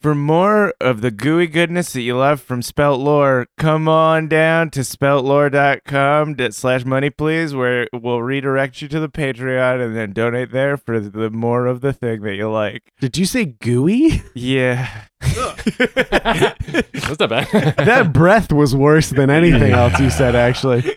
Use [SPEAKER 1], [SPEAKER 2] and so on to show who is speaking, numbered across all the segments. [SPEAKER 1] For more of the gooey goodness that you love from Spelt Lore, come on down to speltlore.com d- slash money please, where we'll redirect you to the Patreon and then donate there for the more of the thing that you like.
[SPEAKER 2] Did you say gooey?
[SPEAKER 1] Yeah.
[SPEAKER 3] That's not bad.
[SPEAKER 2] that breath was worse than anything else you said, actually.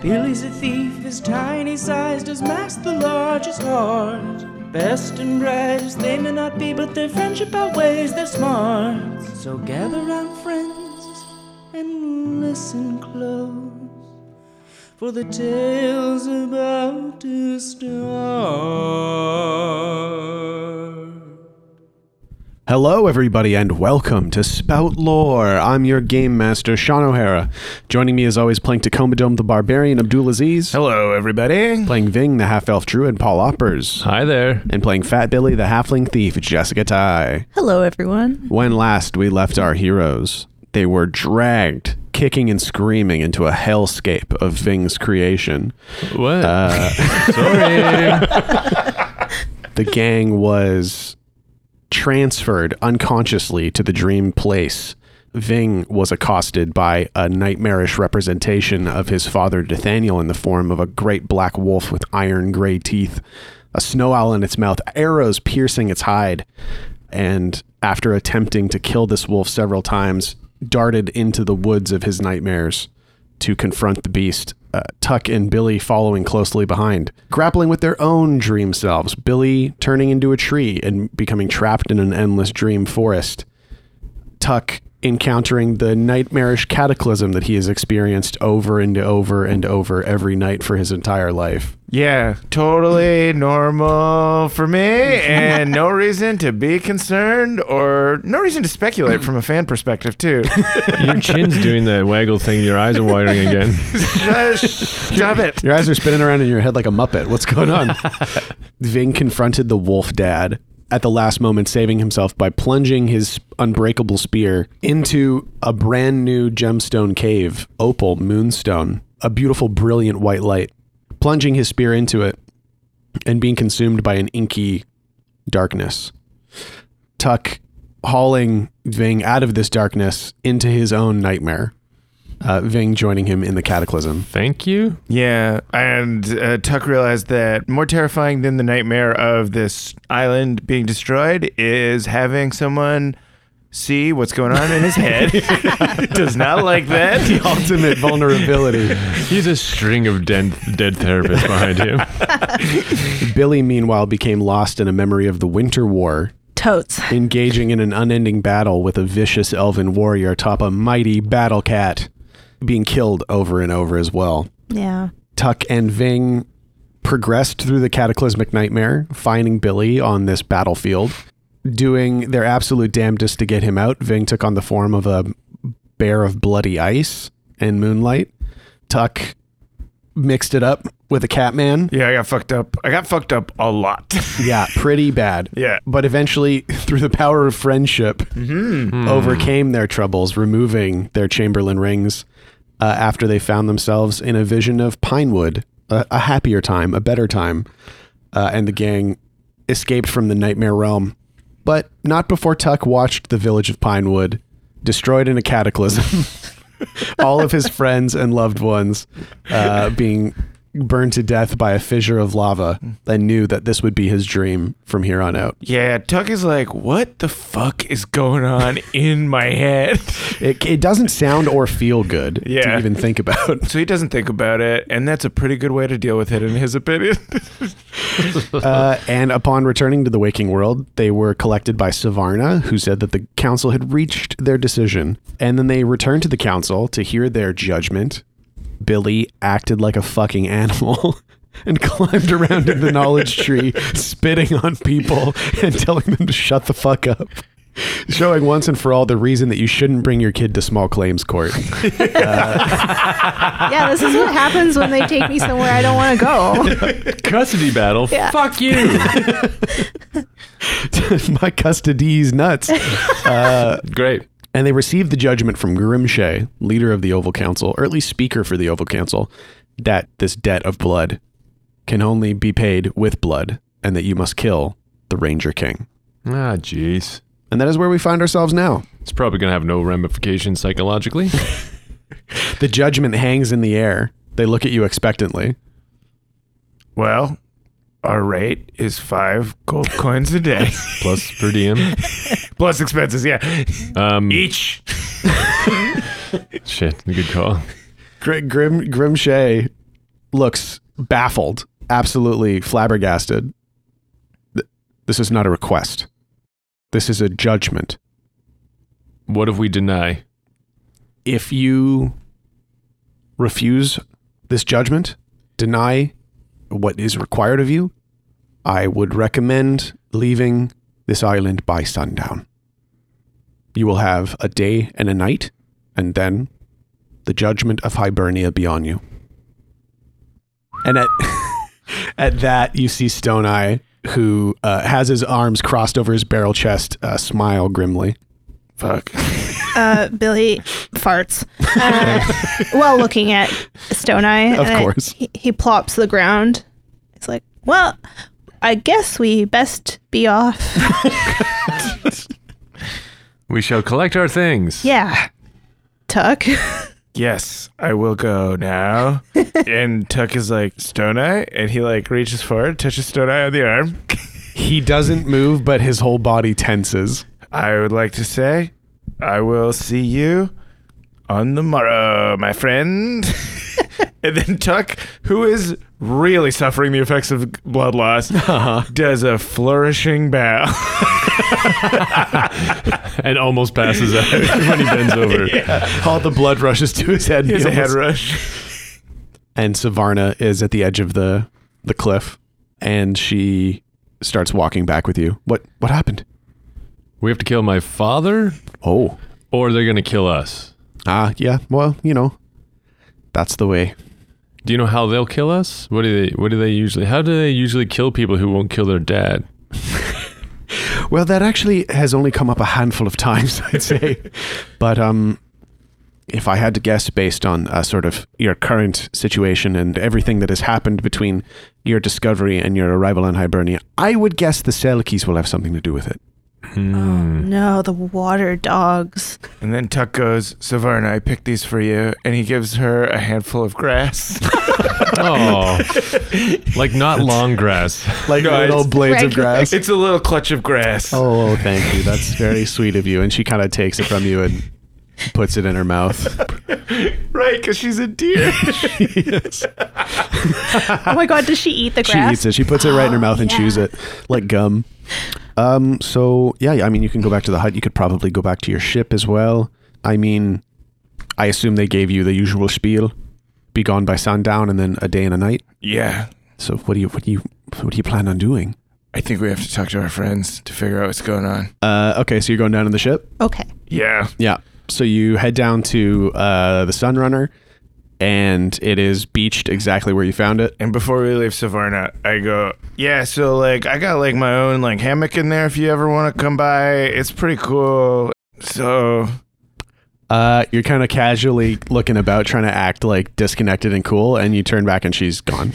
[SPEAKER 4] Billy's a thief, his tiny size does mask the largest heart. Best and brightest they may not be, but their friendship outweighs their smarts. So gather round, friends, and listen close, for the tale's about to start.
[SPEAKER 2] Hello, everybody, and welcome to Spout Lore. I'm your game master, Sean O'Hara. Joining me, as always, playing Tacomodome the Barbarian, Abdulaziz.
[SPEAKER 1] Hello, everybody.
[SPEAKER 2] Playing Ving, the half elf druid, Paul Oppers.
[SPEAKER 3] Hi there.
[SPEAKER 2] And playing Fat Billy, the halfling thief, Jessica Ty.
[SPEAKER 5] Hello, everyone.
[SPEAKER 2] When last we left our heroes, they were dragged, kicking and screaming, into a hellscape of Ving's creation.
[SPEAKER 3] What?
[SPEAKER 2] Uh,
[SPEAKER 3] Sorry.
[SPEAKER 2] the gang was transferred unconsciously to the dream place. Ving was accosted by a nightmarish representation of his father Nathaniel in the form of a great black wolf with iron gray teeth, a snow owl in its mouth, arrows piercing its hide. And after attempting to kill this wolf several times, darted into the woods of his nightmares to confront the beast, uh, Tuck and Billy following closely behind, grappling with their own dream selves. Billy turning into a tree and becoming trapped in an endless dream forest. Tuck encountering the nightmarish cataclysm that he has experienced over and over and over every night for his entire life.
[SPEAKER 1] Yeah, totally normal for me, and no reason to be concerned or no reason to speculate from a fan perspective, too.
[SPEAKER 3] your chin's doing that waggle thing. Your eyes are watering again.
[SPEAKER 1] Just stop it.
[SPEAKER 2] Your eyes are spinning around in your head like a Muppet. What's going on? Ving confronted the wolf dad at the last moment, saving himself by plunging his unbreakable spear into a brand new gemstone cave, opal, moonstone, a beautiful, brilliant white light. Plunging his spear into it and being consumed by an inky darkness. Tuck hauling Ving out of this darkness into his own nightmare. Uh, Ving joining him in the cataclysm.
[SPEAKER 3] Thank you.
[SPEAKER 1] Yeah, and uh, Tuck realized that more terrifying than the nightmare of this island being destroyed is having someone see what's going on in his head. Does not like that.
[SPEAKER 2] ultimate vulnerability.
[SPEAKER 3] He's a string of dead, dead therapists behind him.
[SPEAKER 2] Billy, meanwhile, became lost in a memory of the Winter War,
[SPEAKER 5] Totes.
[SPEAKER 2] engaging in an unending battle with a vicious elven warrior atop a mighty battle cat, being killed over and over as well.
[SPEAKER 5] Yeah.
[SPEAKER 2] Tuck and Ving progressed through the cataclysmic nightmare, finding Billy on this battlefield, doing their absolute damnedest to get him out. Ving took on the form of a bear of bloody ice and moonlight. Tuck mixed it up with a catman.
[SPEAKER 1] Yeah, I got fucked up. I got fucked up a lot.
[SPEAKER 2] Yeah, pretty bad.
[SPEAKER 1] Yeah.
[SPEAKER 2] But eventually, through the power of friendship,
[SPEAKER 1] Mm-hmm.
[SPEAKER 3] Hmm.
[SPEAKER 2] overcame their troubles, removing their Chamberlain rings uh, after they found themselves in a vision of Pinewood, a, a happier time, a better time. Uh, and the gang escaped from the Nightmare Realm, but not before Tuck watched the village of Pinewood destroyed in a cataclysm. All of his friends and loved ones uh, being burned to death by a fissure of lava and knew that this would be his dream from here on out.
[SPEAKER 1] Yeah, Tuck is like, what the fuck is going on in my head?
[SPEAKER 2] It, it doesn't sound or feel good to
[SPEAKER 1] Yeah.
[SPEAKER 2] even think about.
[SPEAKER 1] So he doesn't think about it, and that's a pretty good way to deal with it, in his opinion.
[SPEAKER 2] Uh, and upon returning to the waking world, they were collected by Savarna, who said that the council had reached their decision. And then they returned to the council to hear their judgment. Billy acted like a fucking animal and climbed around in the knowledge tree, spitting on people and telling them to shut the fuck up. Showing once and for all the reason that you shouldn't bring your kid to small claims court.
[SPEAKER 5] Yeah, this is what happens when they take me somewhere I don't want to go.
[SPEAKER 3] Custody battle.
[SPEAKER 5] Yeah.
[SPEAKER 3] Fuck you.
[SPEAKER 2] My custody's nuts.
[SPEAKER 3] Great.
[SPEAKER 2] And they received the judgment from Grimshay, leader of the Oval Council, or at least speaker for the Oval Council, that this debt of blood can only be paid with blood and that you must kill the Ranger King.
[SPEAKER 3] Ah, jeez.
[SPEAKER 2] And that is where we find ourselves now.
[SPEAKER 3] It's probably gonna have no ramifications psychologically.
[SPEAKER 2] The judgment hangs in the air. They look at you expectantly.
[SPEAKER 1] Well, our rate is five gold coins a day.
[SPEAKER 3] Plus per diem.
[SPEAKER 1] Plus expenses, yeah.
[SPEAKER 3] Um,
[SPEAKER 1] Each.
[SPEAKER 3] shit. Good call.
[SPEAKER 2] Gr- Grim Grimshay looks baffled, absolutely flabbergasted. Th- This is not a request. This is a judgment.
[SPEAKER 3] What if we deny?
[SPEAKER 2] if you refuse this judgment, deny what is required of you, I would recommend leaving this island by sundown. You will have a day and a night, and then the judgment of Hibernia be on you. And at at that, you see Stone Eye, who uh, has his arms crossed over his barrel chest, uh, smile grimly.
[SPEAKER 1] Fuck.
[SPEAKER 5] Uh, Billy farts. Uh, while looking at Stone Eye.
[SPEAKER 2] Of
[SPEAKER 5] and I-
[SPEAKER 2] course.
[SPEAKER 5] he, he plops to the ground. It's like, well, I guess we best be off.
[SPEAKER 3] We shall collect our things.
[SPEAKER 5] yeah. Tuck.
[SPEAKER 1] Yes, I will go now. and Tuck is like, Stone Eye? And he like reaches forward, touches Stone Eye on the arm.
[SPEAKER 2] He doesn't move, but his whole body tenses.
[SPEAKER 1] I would like to say, I will see you on the morrow, my friend. and then Tuck, who is really suffering the effects of blood loss, does a flourishing bow.
[SPEAKER 3] And almost passes out when he bends over.
[SPEAKER 2] All the blood rushes to his head.
[SPEAKER 1] It's a
[SPEAKER 2] He
[SPEAKER 1] head
[SPEAKER 2] almost-
[SPEAKER 1] rush.
[SPEAKER 2] And Savarna is at the edge of the the cliff, and she starts walking back with you. What what happened?
[SPEAKER 3] We have to kill my father,
[SPEAKER 2] Oh,
[SPEAKER 3] or they're gonna kill us.
[SPEAKER 2] ah, yeah. Well, you know, that's the way.
[SPEAKER 3] Do you know how they'll kill us? What do they? What do they usually? How do they usually kill people who won't kill their dad?
[SPEAKER 2] Well, that actually has only come up a handful of times, I'd say. but um, if I had to guess, based on uh, sort of your current situation and everything that has happened between your discovery and your arrival in Hibernia, I would guess the Selkies will have something to do with it.
[SPEAKER 5] Hmm.
[SPEAKER 2] Hmm.
[SPEAKER 5] no, the water dogs.
[SPEAKER 1] And then Tuck goes, Savarna, I picked these for you. And he gives her a handful of grass.
[SPEAKER 3] Oh, like not long grass.
[SPEAKER 2] like
[SPEAKER 1] No,
[SPEAKER 2] little
[SPEAKER 1] it's-
[SPEAKER 2] blades of
[SPEAKER 5] Regular.
[SPEAKER 2] grass.
[SPEAKER 1] it's a little clutch of grass.
[SPEAKER 2] Oh, thank you. That's very sweet of you. And she kind of takes it from you and puts it in her mouth.
[SPEAKER 1] Right, because she's a deer.
[SPEAKER 5] Oh my god, does she eat the
[SPEAKER 2] She
[SPEAKER 5] grass?
[SPEAKER 2] eats it. She puts it right in her mouth and
[SPEAKER 5] yeah.
[SPEAKER 2] chews it like gum. Um. So yeah, yeah, I mean, you can go back to the hut. You could probably go back to your ship as well. I mean, I assume they gave you the usual spiel: be gone by sundown, and then a day and a night.
[SPEAKER 1] yeah,
[SPEAKER 2] So what do you what do you what do you plan on doing?
[SPEAKER 1] I think we have to talk to our friends to figure out what's going on.
[SPEAKER 2] Uh. Okay. So you're going down in the ship.
[SPEAKER 5] Okay.
[SPEAKER 1] Yeah.
[SPEAKER 2] Yeah. So you head down to uh, the Sunrunner, and it is beached exactly where you found it.
[SPEAKER 1] And before we leave Savarna, I go, yeah, so like I got like my own like hammock in there if you ever want to come by. It's pretty cool. So
[SPEAKER 2] Uh, you're kind of casually looking about, trying to act like disconnected and cool, and you turn back and she's gone.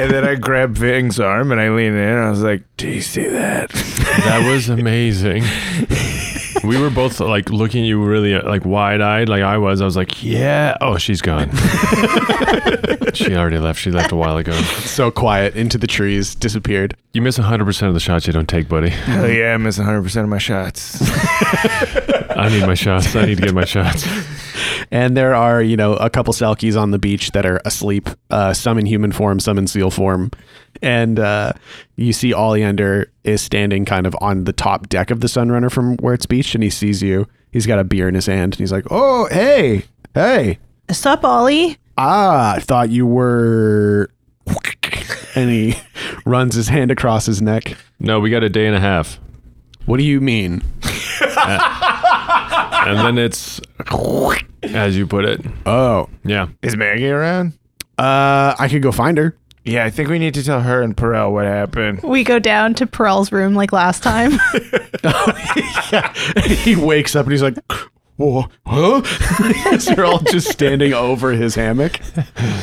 [SPEAKER 1] and then I grab Ving's arm and I lean in and I was like, Do you see that?
[SPEAKER 3] That was amazing. We were both like looking at you really uh, like wide eyed, like I was. I was like, yeah. Oh, she's gone. she already left. She left a while ago.
[SPEAKER 2] so quiet, into the trees, disappeared.
[SPEAKER 3] You miss 100% of the shots you don't take, buddy.
[SPEAKER 1] Hell yeah, I miss 100 percent of my shots.
[SPEAKER 3] I need my shots. I need to get my shots.
[SPEAKER 2] And there are, you know, a couple Selkies on the beach that are asleep, uh, some in human form, some in seal form. And uh, you see Oleander is standing kind of on the top deck of the Sunrunner from where it's beached, and he sees you. He's got a beer in his hand, and he's like, oh, hey, hey.
[SPEAKER 5] Sup, Ollie?
[SPEAKER 2] ah, I thought you were. And he runs his hand across his neck.
[SPEAKER 3] No, we got a day and a half.
[SPEAKER 2] What do you mean?
[SPEAKER 3] And then it's, as you put it.
[SPEAKER 2] Oh,
[SPEAKER 3] Yeah.
[SPEAKER 1] Is Maggie around?
[SPEAKER 2] uh, I could go find her.
[SPEAKER 1] Yeah, I think we need to tell her and Perel what happened.
[SPEAKER 5] We go down to Pearl's room like last time.
[SPEAKER 2] he wakes up and he's like, Whoa, huh? Because They're all just standing over his hammock.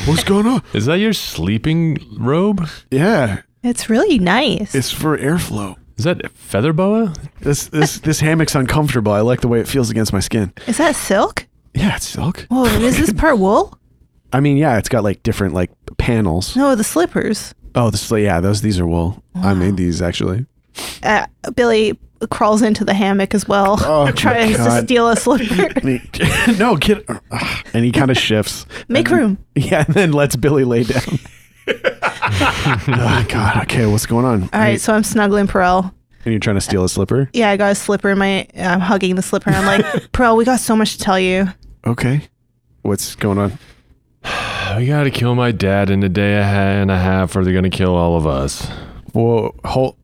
[SPEAKER 2] What's going on?
[SPEAKER 3] Is that your sleeping robe?
[SPEAKER 2] Yeah,
[SPEAKER 5] it's really nice.
[SPEAKER 2] it's for airflow.
[SPEAKER 3] Is that feather boa?
[SPEAKER 2] This this this hammock's uncomfortable. I like the way it feels against my skin.
[SPEAKER 5] Is that silk?
[SPEAKER 2] Yeah, it's silk.
[SPEAKER 5] Whoa, and is this part wool?
[SPEAKER 2] I mean, yeah, it's got like different like panels.
[SPEAKER 5] No, the slippers.
[SPEAKER 2] Oh, this yeah, those these are wool. I made these actually.
[SPEAKER 5] Uh, Billy crawls into the hammock as well,
[SPEAKER 2] Oh,
[SPEAKER 5] tries
[SPEAKER 2] my
[SPEAKER 5] to
[SPEAKER 2] God.
[SPEAKER 5] steal a slipper.
[SPEAKER 2] And he, no, get ugh. and he kind of shifts.
[SPEAKER 5] Make room.
[SPEAKER 2] Yeah, and then lets Billy lay down. oh, God. Okay, what's going on?
[SPEAKER 5] All right, so I'm snuggling Perel.
[SPEAKER 2] And you're trying to steal a slipper?
[SPEAKER 5] Yeah, I got a slipper in my. I'm hugging the slipper. And I'm like, Perel, we got so much to tell you.
[SPEAKER 2] Okay. What's going on?
[SPEAKER 3] I gotta kill my dad in a day and a half, or they're gonna kill all of us.
[SPEAKER 2] Whoa, hold,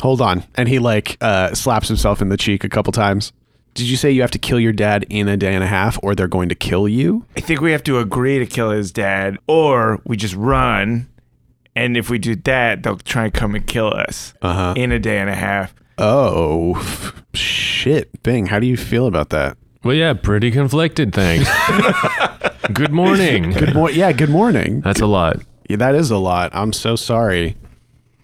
[SPEAKER 2] hold on. And he like uh, slaps himself in the cheek a couple times. Did you say you have to kill your dad in a day and a half, or they're going to kill you?
[SPEAKER 1] I think we have to agree to kill his dad, or we just run. And if we do that, they'll try and come and kill us
[SPEAKER 2] Uh-huh.
[SPEAKER 1] in a day and a half.
[SPEAKER 2] Oh, shit, Bing. How do you feel about that?
[SPEAKER 3] Well, yeah, pretty conflicted. Thanks. Good morning.
[SPEAKER 2] Good mor- Yeah, good morning.
[SPEAKER 3] That's a lot.
[SPEAKER 2] Yeah, that is a lot. I'm so sorry.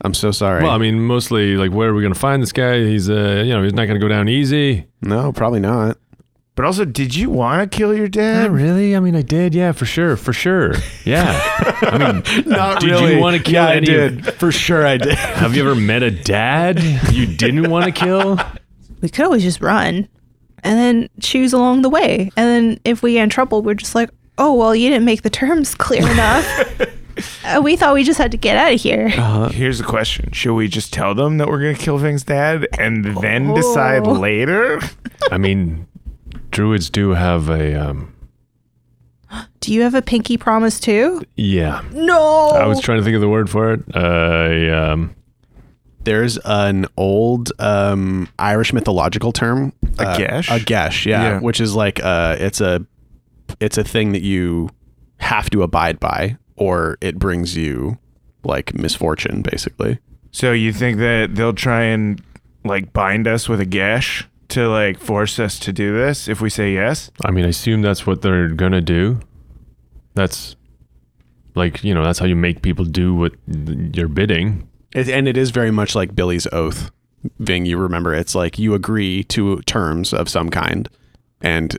[SPEAKER 2] I'm so sorry.
[SPEAKER 3] Well, I mean, mostly like, where are we gonna find this guy? He's uh, you know, he's not gonna go down easy.
[SPEAKER 2] no, probably not.
[SPEAKER 1] But also, did you want to kill your dad?
[SPEAKER 3] really? I mean, I did. Yeah, for sure, for sure. Yeah. I mean,
[SPEAKER 2] Not
[SPEAKER 3] Did you really. wanna kill
[SPEAKER 2] yeah,
[SPEAKER 3] any
[SPEAKER 2] I
[SPEAKER 3] of-
[SPEAKER 2] did. For sure, I did.
[SPEAKER 3] have you ever met a dad you didn't want to kill?
[SPEAKER 5] We could always just run, and then choose along the way. And then if we get in trouble, we're just like, oh well, you didn't make the terms clear enough. Uh, we thought we just had to get out of here.
[SPEAKER 2] Uh-huh.
[SPEAKER 1] Here's the question Should we just tell them that we're going to kill Ving's dad and then decide
[SPEAKER 5] Oh.
[SPEAKER 1] later?
[SPEAKER 3] I mean, druids do have a um.
[SPEAKER 5] Do you have a pinky promise too?
[SPEAKER 3] Yeah,
[SPEAKER 5] No.
[SPEAKER 3] I was trying to think of the word for it. Uh, um,
[SPEAKER 2] There's an old um, Irish mythological term,
[SPEAKER 1] A
[SPEAKER 2] uh,
[SPEAKER 1] gesh?
[SPEAKER 2] A gesh, yeah,
[SPEAKER 1] Yeah.
[SPEAKER 2] which is like uh, it's a it's a thing that you have to abide by, or it brings you like misfortune, basically.
[SPEAKER 1] So you think that they'll try and like bind us with a gash to like force us to do this if we say yes?
[SPEAKER 3] I mean, I assume that's what they're gonna do. That's like you know, that's how you make people do what you're bidding.
[SPEAKER 2] It, and it is very much like Billy's oath, Ving. You remember, it's like you agree to terms of some kind, and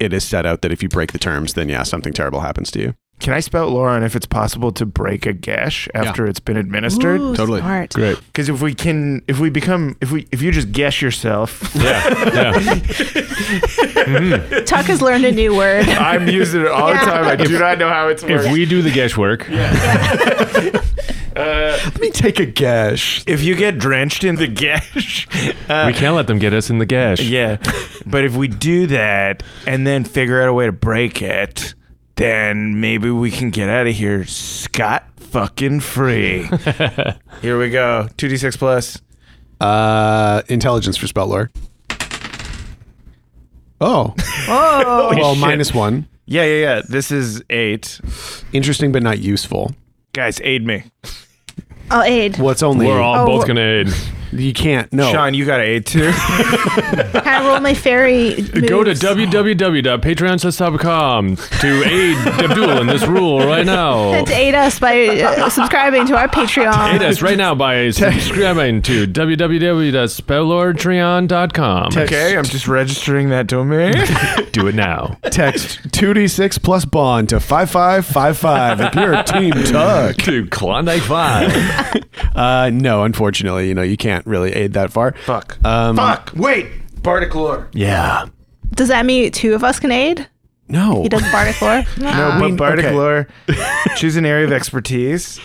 [SPEAKER 2] it is set out that if you break the terms, then yeah, something terrible happens to you.
[SPEAKER 1] Can I spout Lauren if it's possible to break a gash after it's been administered?
[SPEAKER 5] Ooh,
[SPEAKER 2] Totally.
[SPEAKER 5] smart.
[SPEAKER 3] Great.
[SPEAKER 1] Because if we can, if we become, if we, if you just guess yourself,
[SPEAKER 3] Yeah.
[SPEAKER 5] Tuck has learned a new word.
[SPEAKER 1] I'm using it all the
[SPEAKER 5] Yeah.
[SPEAKER 1] time. I do not know how it's
[SPEAKER 3] if
[SPEAKER 1] working.
[SPEAKER 3] we do the guesswork,
[SPEAKER 2] Let me take a gesh.
[SPEAKER 1] If you get drenched in the gash, uh,
[SPEAKER 3] we can't let them get us in the gash.
[SPEAKER 1] yeah. But if we do that and then figure out a way to break it, then maybe we can get out of here scot fucking free. here we go. Two d six plus.
[SPEAKER 2] Uh, intelligence for spell lore. Oh,
[SPEAKER 5] Whoa.
[SPEAKER 2] well,
[SPEAKER 1] shit.
[SPEAKER 2] minus one.
[SPEAKER 1] Yeah, yeah, yeah. This is eight.
[SPEAKER 2] Interesting, but not useful.
[SPEAKER 1] Guys, aid me.
[SPEAKER 5] I'll oh, aid.
[SPEAKER 2] Well, it's only
[SPEAKER 3] We're all
[SPEAKER 5] Oh,
[SPEAKER 3] both
[SPEAKER 5] well-
[SPEAKER 3] gonna aid.
[SPEAKER 2] you can't. No,
[SPEAKER 1] Sean, you got an aid too.
[SPEAKER 5] Can I roll my fairy?
[SPEAKER 3] Go to
[SPEAKER 5] moves?
[SPEAKER 3] www.patreon.com to aid Abdul in this rule right now.
[SPEAKER 5] to aid us by uh, subscribing to our
[SPEAKER 3] Aid
[SPEAKER 5] Patreon.
[SPEAKER 3] us right now by subscribing to www.spellordtreon.com.
[SPEAKER 1] okay, I'm just registering that domain.
[SPEAKER 3] Do it now.
[SPEAKER 2] text two d six plus bond to five five five five. If you're a team tuck,
[SPEAKER 3] Dude, Klondike 5.
[SPEAKER 2] uh, no, unfortunately, you know you can't really aid that far.
[SPEAKER 1] Fuck.
[SPEAKER 2] Um,
[SPEAKER 1] Fuck. Wait. Bardic lore.
[SPEAKER 2] Yeah.
[SPEAKER 5] Does that mean two of us can aid?
[SPEAKER 2] No.
[SPEAKER 5] He does bardic lore.
[SPEAKER 1] No,
[SPEAKER 2] Um,
[SPEAKER 5] Ah.
[SPEAKER 1] but Bardic
[SPEAKER 2] okay.
[SPEAKER 1] lore. Choose an area of expertise.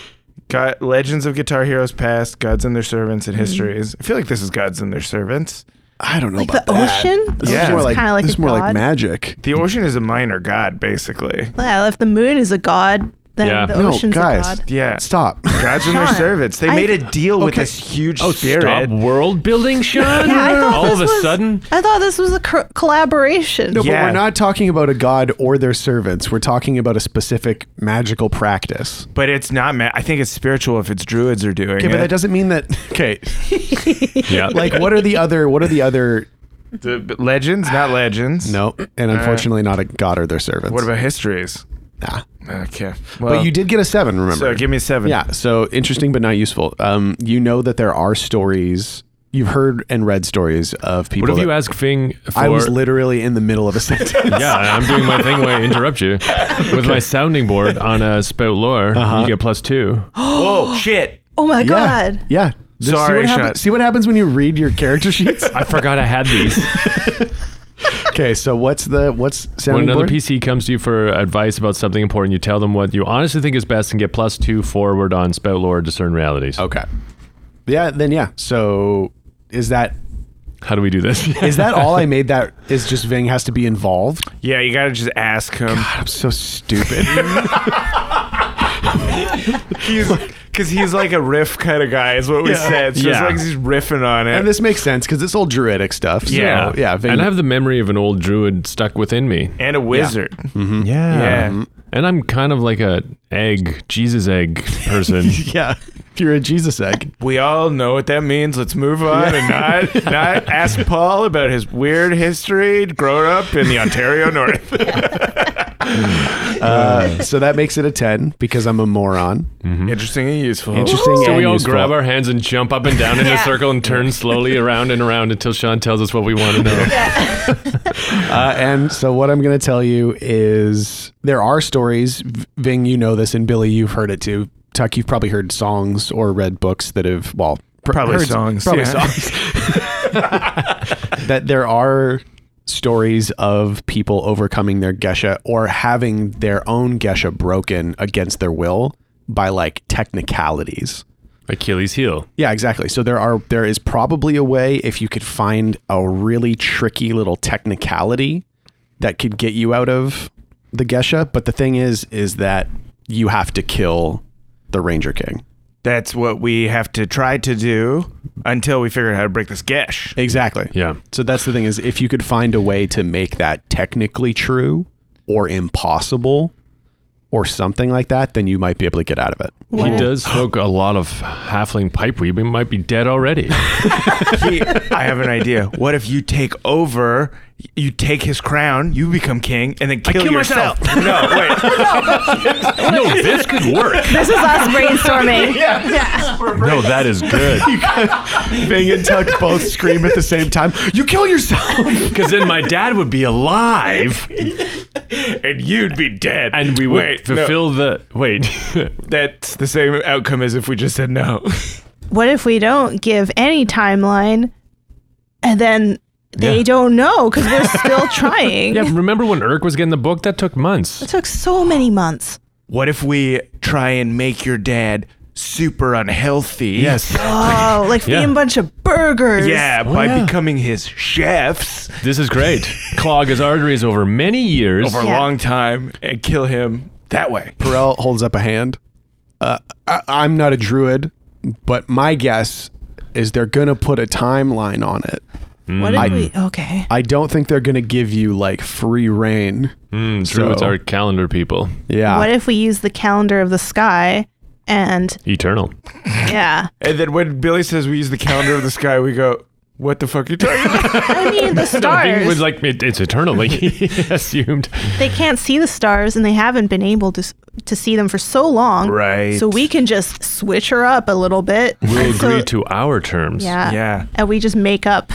[SPEAKER 1] Got
[SPEAKER 2] Mm-hmm.
[SPEAKER 1] legends of guitar heroes past, gods and their servants, and histories. I feel like this is gods and their servants.
[SPEAKER 2] I don't know
[SPEAKER 5] Like
[SPEAKER 2] about
[SPEAKER 5] the
[SPEAKER 2] that.
[SPEAKER 5] ocean?
[SPEAKER 2] This
[SPEAKER 1] Yeah.
[SPEAKER 2] is more like,
[SPEAKER 5] Kinda like
[SPEAKER 2] this
[SPEAKER 5] a
[SPEAKER 2] is more like
[SPEAKER 5] god.
[SPEAKER 2] magic.
[SPEAKER 1] The ocean is a minor god, basically.
[SPEAKER 5] Well, if the moon is a god, then
[SPEAKER 3] Yeah.
[SPEAKER 5] the
[SPEAKER 2] No,
[SPEAKER 5] ocean's
[SPEAKER 2] guys.
[SPEAKER 5] a god.
[SPEAKER 1] Yeah.
[SPEAKER 2] Stop.
[SPEAKER 1] Gods and their
[SPEAKER 5] Sean,
[SPEAKER 1] servants. They
[SPEAKER 5] I-
[SPEAKER 1] made a deal with
[SPEAKER 2] Okay.
[SPEAKER 1] this huge
[SPEAKER 2] Oh,
[SPEAKER 1] spirit.
[SPEAKER 3] Stop world building, Sean.
[SPEAKER 5] Yeah, I thought
[SPEAKER 3] All
[SPEAKER 5] this
[SPEAKER 3] of a
[SPEAKER 5] was-
[SPEAKER 3] sudden,
[SPEAKER 5] I thought this was a co- collaboration.
[SPEAKER 2] No,
[SPEAKER 1] Yeah.
[SPEAKER 2] but we're not talking about a god or their servants. We're talking about a specific magical practice.
[SPEAKER 1] But it's not. Ma- I think it's spiritual if it's druids are doing
[SPEAKER 2] Okay,
[SPEAKER 1] it.
[SPEAKER 2] but that doesn't mean that. Okay,
[SPEAKER 3] yeah,
[SPEAKER 2] like what are the other? What are the other?
[SPEAKER 1] The- but legends, not legends.
[SPEAKER 2] No, and unfortunately, not a god or their servants.
[SPEAKER 1] What about histories?
[SPEAKER 2] Nah.
[SPEAKER 1] Okay.
[SPEAKER 2] but you did get a seven. Remember?
[SPEAKER 1] So give me a seven.
[SPEAKER 2] Yeah. So interesting, but not useful. Um, you know that there are stories. You've heard and read stories of people.
[SPEAKER 3] what if you
[SPEAKER 2] that-
[SPEAKER 3] ask Fing for?
[SPEAKER 2] I was literally in the middle of a sentence.
[SPEAKER 3] yeah, I'm doing my thing when I interrupt you with my sounding board on a spout lore.
[SPEAKER 2] Uh-huh.
[SPEAKER 3] You get plus two.
[SPEAKER 1] Whoa, shit.
[SPEAKER 5] Oh my
[SPEAKER 2] yeah.
[SPEAKER 5] god.
[SPEAKER 2] Yeah. Just see
[SPEAKER 1] Sorry,
[SPEAKER 2] what,
[SPEAKER 1] Sean.
[SPEAKER 2] happen- see what happens when you read your character sheets.
[SPEAKER 3] I forgot I had these.
[SPEAKER 2] okay, so what's the what's
[SPEAKER 3] when
[SPEAKER 2] sounding
[SPEAKER 3] another
[SPEAKER 2] board?
[SPEAKER 3] PC comes to you for advice about something important, you tell them what you honestly think is best and get plus two forward on spout lore, discern realities.
[SPEAKER 2] Okay. Yeah, then yeah. So is that
[SPEAKER 3] How do we do this?
[SPEAKER 2] is that all I made that is just Ving has to be involved?
[SPEAKER 1] Yeah, you gotta just ask him.
[SPEAKER 2] I'm so stupid.
[SPEAKER 1] He's because he's like a riff kind of guy. Is what we
[SPEAKER 2] Yeah.
[SPEAKER 1] said. So as
[SPEAKER 3] Yeah.
[SPEAKER 1] long as he's riffing on it.
[SPEAKER 2] and this makes sense because it's all druidic stuff. So,
[SPEAKER 1] Yeah.
[SPEAKER 2] yeah. Yeah. Ving,
[SPEAKER 3] and I have the memory of an old druid stuck within me.
[SPEAKER 1] and a wizard.
[SPEAKER 3] Mm-hmm. Yeah.
[SPEAKER 1] Yeah.
[SPEAKER 3] And I'm kind of like a egg, Jesus egg person.
[SPEAKER 2] yeah. You're a Jesus egg.
[SPEAKER 1] We all know what that means. Let's move on and not not ask Paul about his weird history growing up in the Ontario North.
[SPEAKER 2] Uh, so that makes it a 10 because I'm a moron.
[SPEAKER 3] Mm-hmm.
[SPEAKER 1] Interesting and useful.
[SPEAKER 2] Interesting.
[SPEAKER 3] so
[SPEAKER 2] and
[SPEAKER 3] we all
[SPEAKER 2] useful.
[SPEAKER 3] grab our hands and jump up and down in a
[SPEAKER 5] Yeah.
[SPEAKER 3] circle and turn slowly around and around until Sean tells us what we want to know.
[SPEAKER 2] Uh, and so what I'm going to tell you is there are stories. V- Ving, you know this, and Billy, you've heard it too. Tuck, you've probably heard songs or read books that have well, pr-
[SPEAKER 1] Probably
[SPEAKER 2] heard-
[SPEAKER 1] songs,
[SPEAKER 2] probably
[SPEAKER 1] yeah.
[SPEAKER 2] songs. that there are stories of people overcoming their gesha or having their own gesha broken against their will by like technicalities.
[SPEAKER 3] Achilles heel.
[SPEAKER 2] Yeah, exactly. So there are there is probably a way if you could find a really tricky little technicality that could get you out of the Gesha, but the thing is is that you have to kill the Ranger King.
[SPEAKER 1] That's what we have to try to do until we figure out how to break this gesh.
[SPEAKER 2] Exactly.
[SPEAKER 3] Yeah.
[SPEAKER 2] So that's the thing is if you could find a way to make that technically true or impossible or something like that, then you might be able to get out of it.
[SPEAKER 3] He does smoke a lot of halfling pipeweed. We might be dead already.
[SPEAKER 1] He- I have an idea. What if you take over? You take his crown, you become king, and then kill,
[SPEAKER 3] kill
[SPEAKER 1] yourself.
[SPEAKER 3] myself.
[SPEAKER 1] no, wait.
[SPEAKER 3] no, this could work.
[SPEAKER 5] This is us brainstorming. yeah.
[SPEAKER 3] No, that is good.
[SPEAKER 2] Bing and Tuck both scream at the same time, You kill yourself.
[SPEAKER 3] Because then my dad would be alive
[SPEAKER 1] And you'd be dead.
[SPEAKER 3] and we would
[SPEAKER 1] Wait, no.
[SPEAKER 3] fulfill the. Wait.
[SPEAKER 1] That's the same outcome as if we just said no.
[SPEAKER 5] What if we don't give any timeline and then they don't know because we're still trying?
[SPEAKER 3] yeah, remember when Irk was getting the book? That took months.
[SPEAKER 5] It took so many months.
[SPEAKER 1] What if we try and make your dad super unhealthy?
[SPEAKER 3] Yes.
[SPEAKER 5] Oh, like
[SPEAKER 3] Yeah.
[SPEAKER 5] feeding a bunch of burgers.
[SPEAKER 1] Oh, Yeah, by
[SPEAKER 3] yeah.
[SPEAKER 1] becoming his chefs
[SPEAKER 3] This is great. Clog his arteries over many years.
[SPEAKER 1] for a
[SPEAKER 5] Yeah.
[SPEAKER 1] long time and kill him that way.
[SPEAKER 2] Burrell holds up a hand. Uh, I, I'm not a druid, but my guess is they're going to put a timeline on it.
[SPEAKER 5] What if we? Okay.
[SPEAKER 2] I don't think they're going to give you like free reign.
[SPEAKER 3] Mm, Druids
[SPEAKER 2] So-
[SPEAKER 3] are calendar people.
[SPEAKER 2] Yeah.
[SPEAKER 5] What if we use the calendar of the sky and
[SPEAKER 3] Eternal.
[SPEAKER 5] yeah?
[SPEAKER 1] And then when Billy says we use the calendar of the sky, we go, What the fuck are you talking about?
[SPEAKER 5] I mean, the
[SPEAKER 3] He
[SPEAKER 5] stars.
[SPEAKER 3] was like, it, it's eternal. Like, he assumed.
[SPEAKER 5] they can't see the stars and they haven't been able to s- to see them for so long.
[SPEAKER 1] Right.
[SPEAKER 5] So we can just switch her up a little bit.
[SPEAKER 3] We'll
[SPEAKER 5] And so-
[SPEAKER 3] agree to our terms.
[SPEAKER 5] Yeah.
[SPEAKER 1] Yeah.
[SPEAKER 5] And we just make up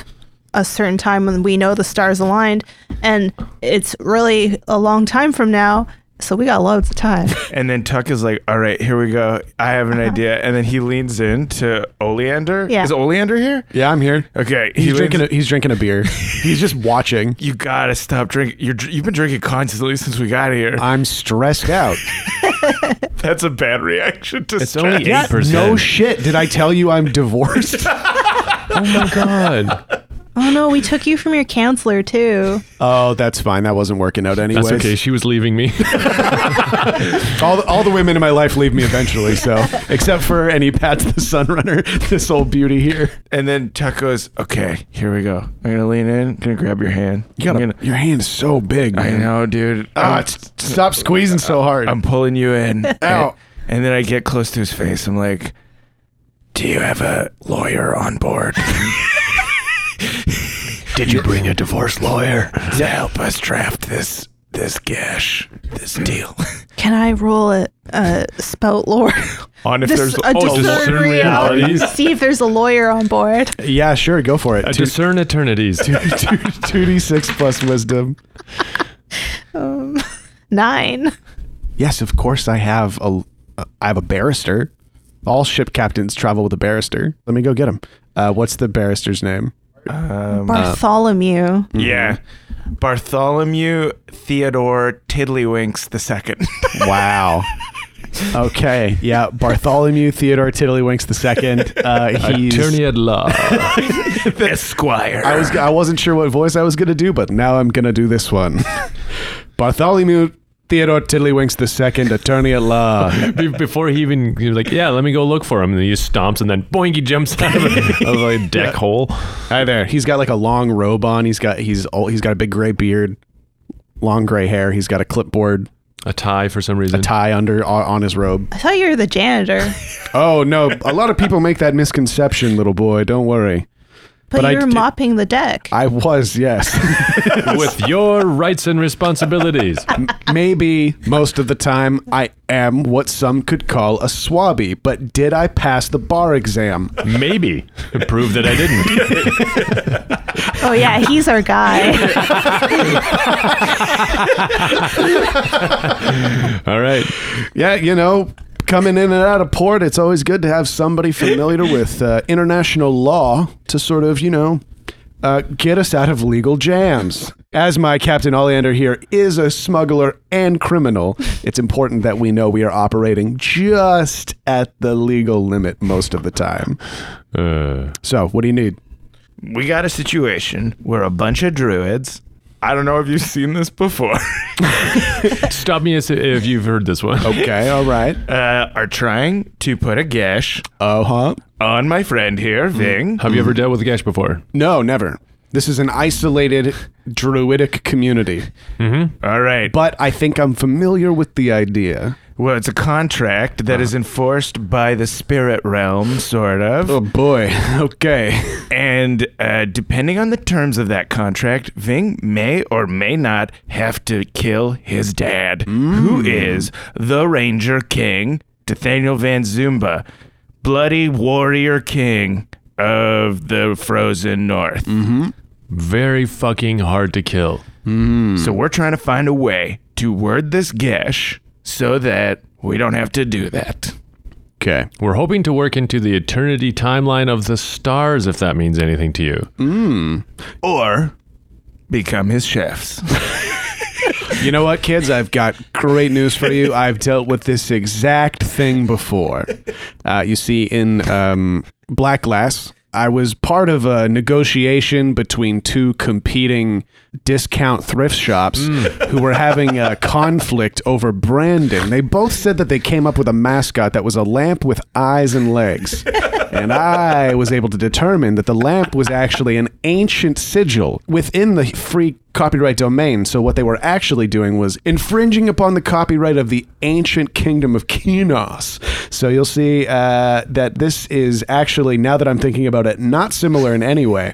[SPEAKER 5] a certain time when we know the stars aligned and it's really a long time from now. So we got loads of time.
[SPEAKER 1] And then Tuck is like, All right, here we go. I have an idea. And then he leans in to Oleander.
[SPEAKER 5] Uh-huh. Yeah.
[SPEAKER 1] Is Oleander here?
[SPEAKER 2] yeah, I'm here.
[SPEAKER 1] Okay. he
[SPEAKER 2] He's
[SPEAKER 1] leans-
[SPEAKER 2] drinking. A, he's drinking a beer. he's just watching.
[SPEAKER 1] you gotta stop drinking. You're, dr- you've been drinking constantly since we got here.
[SPEAKER 2] I'm stressed out.
[SPEAKER 1] That's a bad reaction to
[SPEAKER 3] It's
[SPEAKER 1] stress.
[SPEAKER 3] only
[SPEAKER 2] Yeah,
[SPEAKER 3] 8%.
[SPEAKER 2] no shit. Did I tell you I'm divorced?
[SPEAKER 3] Oh my God.
[SPEAKER 5] Oh no, we took you from your counselor too.
[SPEAKER 2] Oh, that's fine. That wasn't working out anyway.
[SPEAKER 3] That's okay. She was leaving me.
[SPEAKER 2] All, all the women in my life leave me eventually, so except for any Pat's the Sunrunner, this old beauty here.
[SPEAKER 1] And then Chuck goes, "Okay, here we go. I'm gonna lean in. I'm gonna grab your hand.
[SPEAKER 2] You got
[SPEAKER 1] I'm gonna-
[SPEAKER 2] your hand's so big,
[SPEAKER 1] I
[SPEAKER 2] man.
[SPEAKER 1] know, dude.
[SPEAKER 2] Ah,
[SPEAKER 1] I'm-
[SPEAKER 2] s- stop squeezing so hard.
[SPEAKER 1] I'm pulling you in.
[SPEAKER 2] Ow.
[SPEAKER 1] And then I get close to his face. I'm like, "Do you have a lawyer on board
[SPEAKER 2] Did you bring a divorce lawyer?
[SPEAKER 1] to help us draft this this gash, this deal?"
[SPEAKER 5] Can I roll a, a spout lore?
[SPEAKER 1] on if
[SPEAKER 5] Dis-
[SPEAKER 1] there's
[SPEAKER 5] a
[SPEAKER 1] oh,
[SPEAKER 5] discern
[SPEAKER 3] discern
[SPEAKER 5] reality.
[SPEAKER 3] realities.
[SPEAKER 5] See if there's a lawyer on board.
[SPEAKER 2] Yeah, sure. Go for it.
[SPEAKER 3] I
[SPEAKER 2] Two-
[SPEAKER 3] discern eternities.
[SPEAKER 2] two- 2d6 plus wisdom.
[SPEAKER 5] Um, nine.
[SPEAKER 2] Yes, of course I have a I have a barrister. All ship captains travel with a barrister. Let me go get him. Uh, what's the barrister's name?
[SPEAKER 1] um,
[SPEAKER 5] Bartholomew.
[SPEAKER 1] yeah, Bartholomew Theodore Tiddlywinks the second.
[SPEAKER 2] Wow. okay. Yeah, Bartholomew Theodore Tiddlywinks II. Uh, he's
[SPEAKER 3] Attorney at law.
[SPEAKER 1] the Esquire.
[SPEAKER 2] I was I wasn't sure what voice I was gonna do, but now I'm gonna do this one. Bartholomew Theodore Tiddlywinks II, attorney at law.
[SPEAKER 3] Be- Before he even he was like, yeah, let me go look for him. And then he stomps, and then boing, he jumps out of a, of a deck hole.
[SPEAKER 2] Hi there. He's got like a long robe on. He's got he's old, he's got a big gray beard, long gray hair. He's got a clipboard,
[SPEAKER 3] A tie for some reason.
[SPEAKER 2] a tie under on on his robe.
[SPEAKER 5] I thought you were the janitor,
[SPEAKER 2] Oh no, a lot of people make that misconception, little boy. Don't worry.
[SPEAKER 5] but,
[SPEAKER 2] But I
[SPEAKER 5] you were
[SPEAKER 2] did-
[SPEAKER 5] mopping the deck.
[SPEAKER 2] I was yes,
[SPEAKER 3] with your rights and responsibilities.
[SPEAKER 2] maybe most of the time I am what some could call a swabby. But did I pass the bar exam?
[SPEAKER 3] Maybe prove that I didn't.
[SPEAKER 5] oh yeah, he's our guy.
[SPEAKER 3] All right.
[SPEAKER 2] Yeah, you know, coming in and out of port, it's always good to have somebody familiar with uh, international law to sort of, you know, uh, get us out of legal jams. As my Captain Oleander here is a smuggler and criminal, it's important that we know we are operating just at the legal limit most of the time.
[SPEAKER 3] Uh,
[SPEAKER 2] So, what do you need?
[SPEAKER 1] we got a situation where a bunch of druids. I don't know if you've seen this before.
[SPEAKER 3] stop me if- if you've heard this one.
[SPEAKER 2] Okay, all right.
[SPEAKER 1] uh, are trying to put a gash
[SPEAKER 2] Uh huh.
[SPEAKER 1] on my friend here,
[SPEAKER 2] Mm-hmm.
[SPEAKER 1] Ving.
[SPEAKER 3] Have you ever dealt with a gash before?
[SPEAKER 2] No, never. This is an isolated druidic community,
[SPEAKER 1] All right.
[SPEAKER 2] but I think I'm familiar with the idea.
[SPEAKER 1] Well, it's a contract that is enforced by the spirit realm, sort of.
[SPEAKER 2] Uh-huh. Oh boy. Okay.
[SPEAKER 1] And uh, depending on the terms of that contract, Ving may or may not have to kill his dad, who is the Ranger King, Nathaniel Van Zumba, bloody warrior king of the frozen north.
[SPEAKER 3] Very fucking hard to kill.
[SPEAKER 1] So we're trying to find a way to word this gesh so that we don't have to do that.
[SPEAKER 2] Okay.
[SPEAKER 3] We're hoping to work into the eternity timeline of the stars, if that means anything to you.
[SPEAKER 1] Or become his chefs.
[SPEAKER 2] You know what, kids? I've got great news for you. I've dealt with this exact thing before. Uh, you see, in um, Black Glass, I was part of a negotiation between two competing discount thrift shops who were having a conflict over branding. They both said that they came up with a mascot that was a lamp with eyes and legs. And I was able to determine that the lamp was actually an ancient sigil within the free copyright domain. So what they were actually doing was infringing upon the copyright of the ancient kingdom of Kinos. So you'll see uh, that this is actually, now that I'm thinking about it, not similar in any way,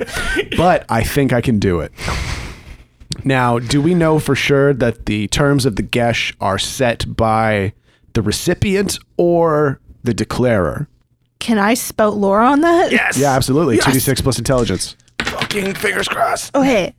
[SPEAKER 2] but I think I can do it. Now, do we know for sure that the terms of the Gesh are set by the recipient or the declarer?
[SPEAKER 5] Can I spout lore on that?
[SPEAKER 1] Yes.
[SPEAKER 2] Yeah, absolutely. 2d6 plus intelligence.
[SPEAKER 1] Fucking fingers crossed.
[SPEAKER 5] Okay.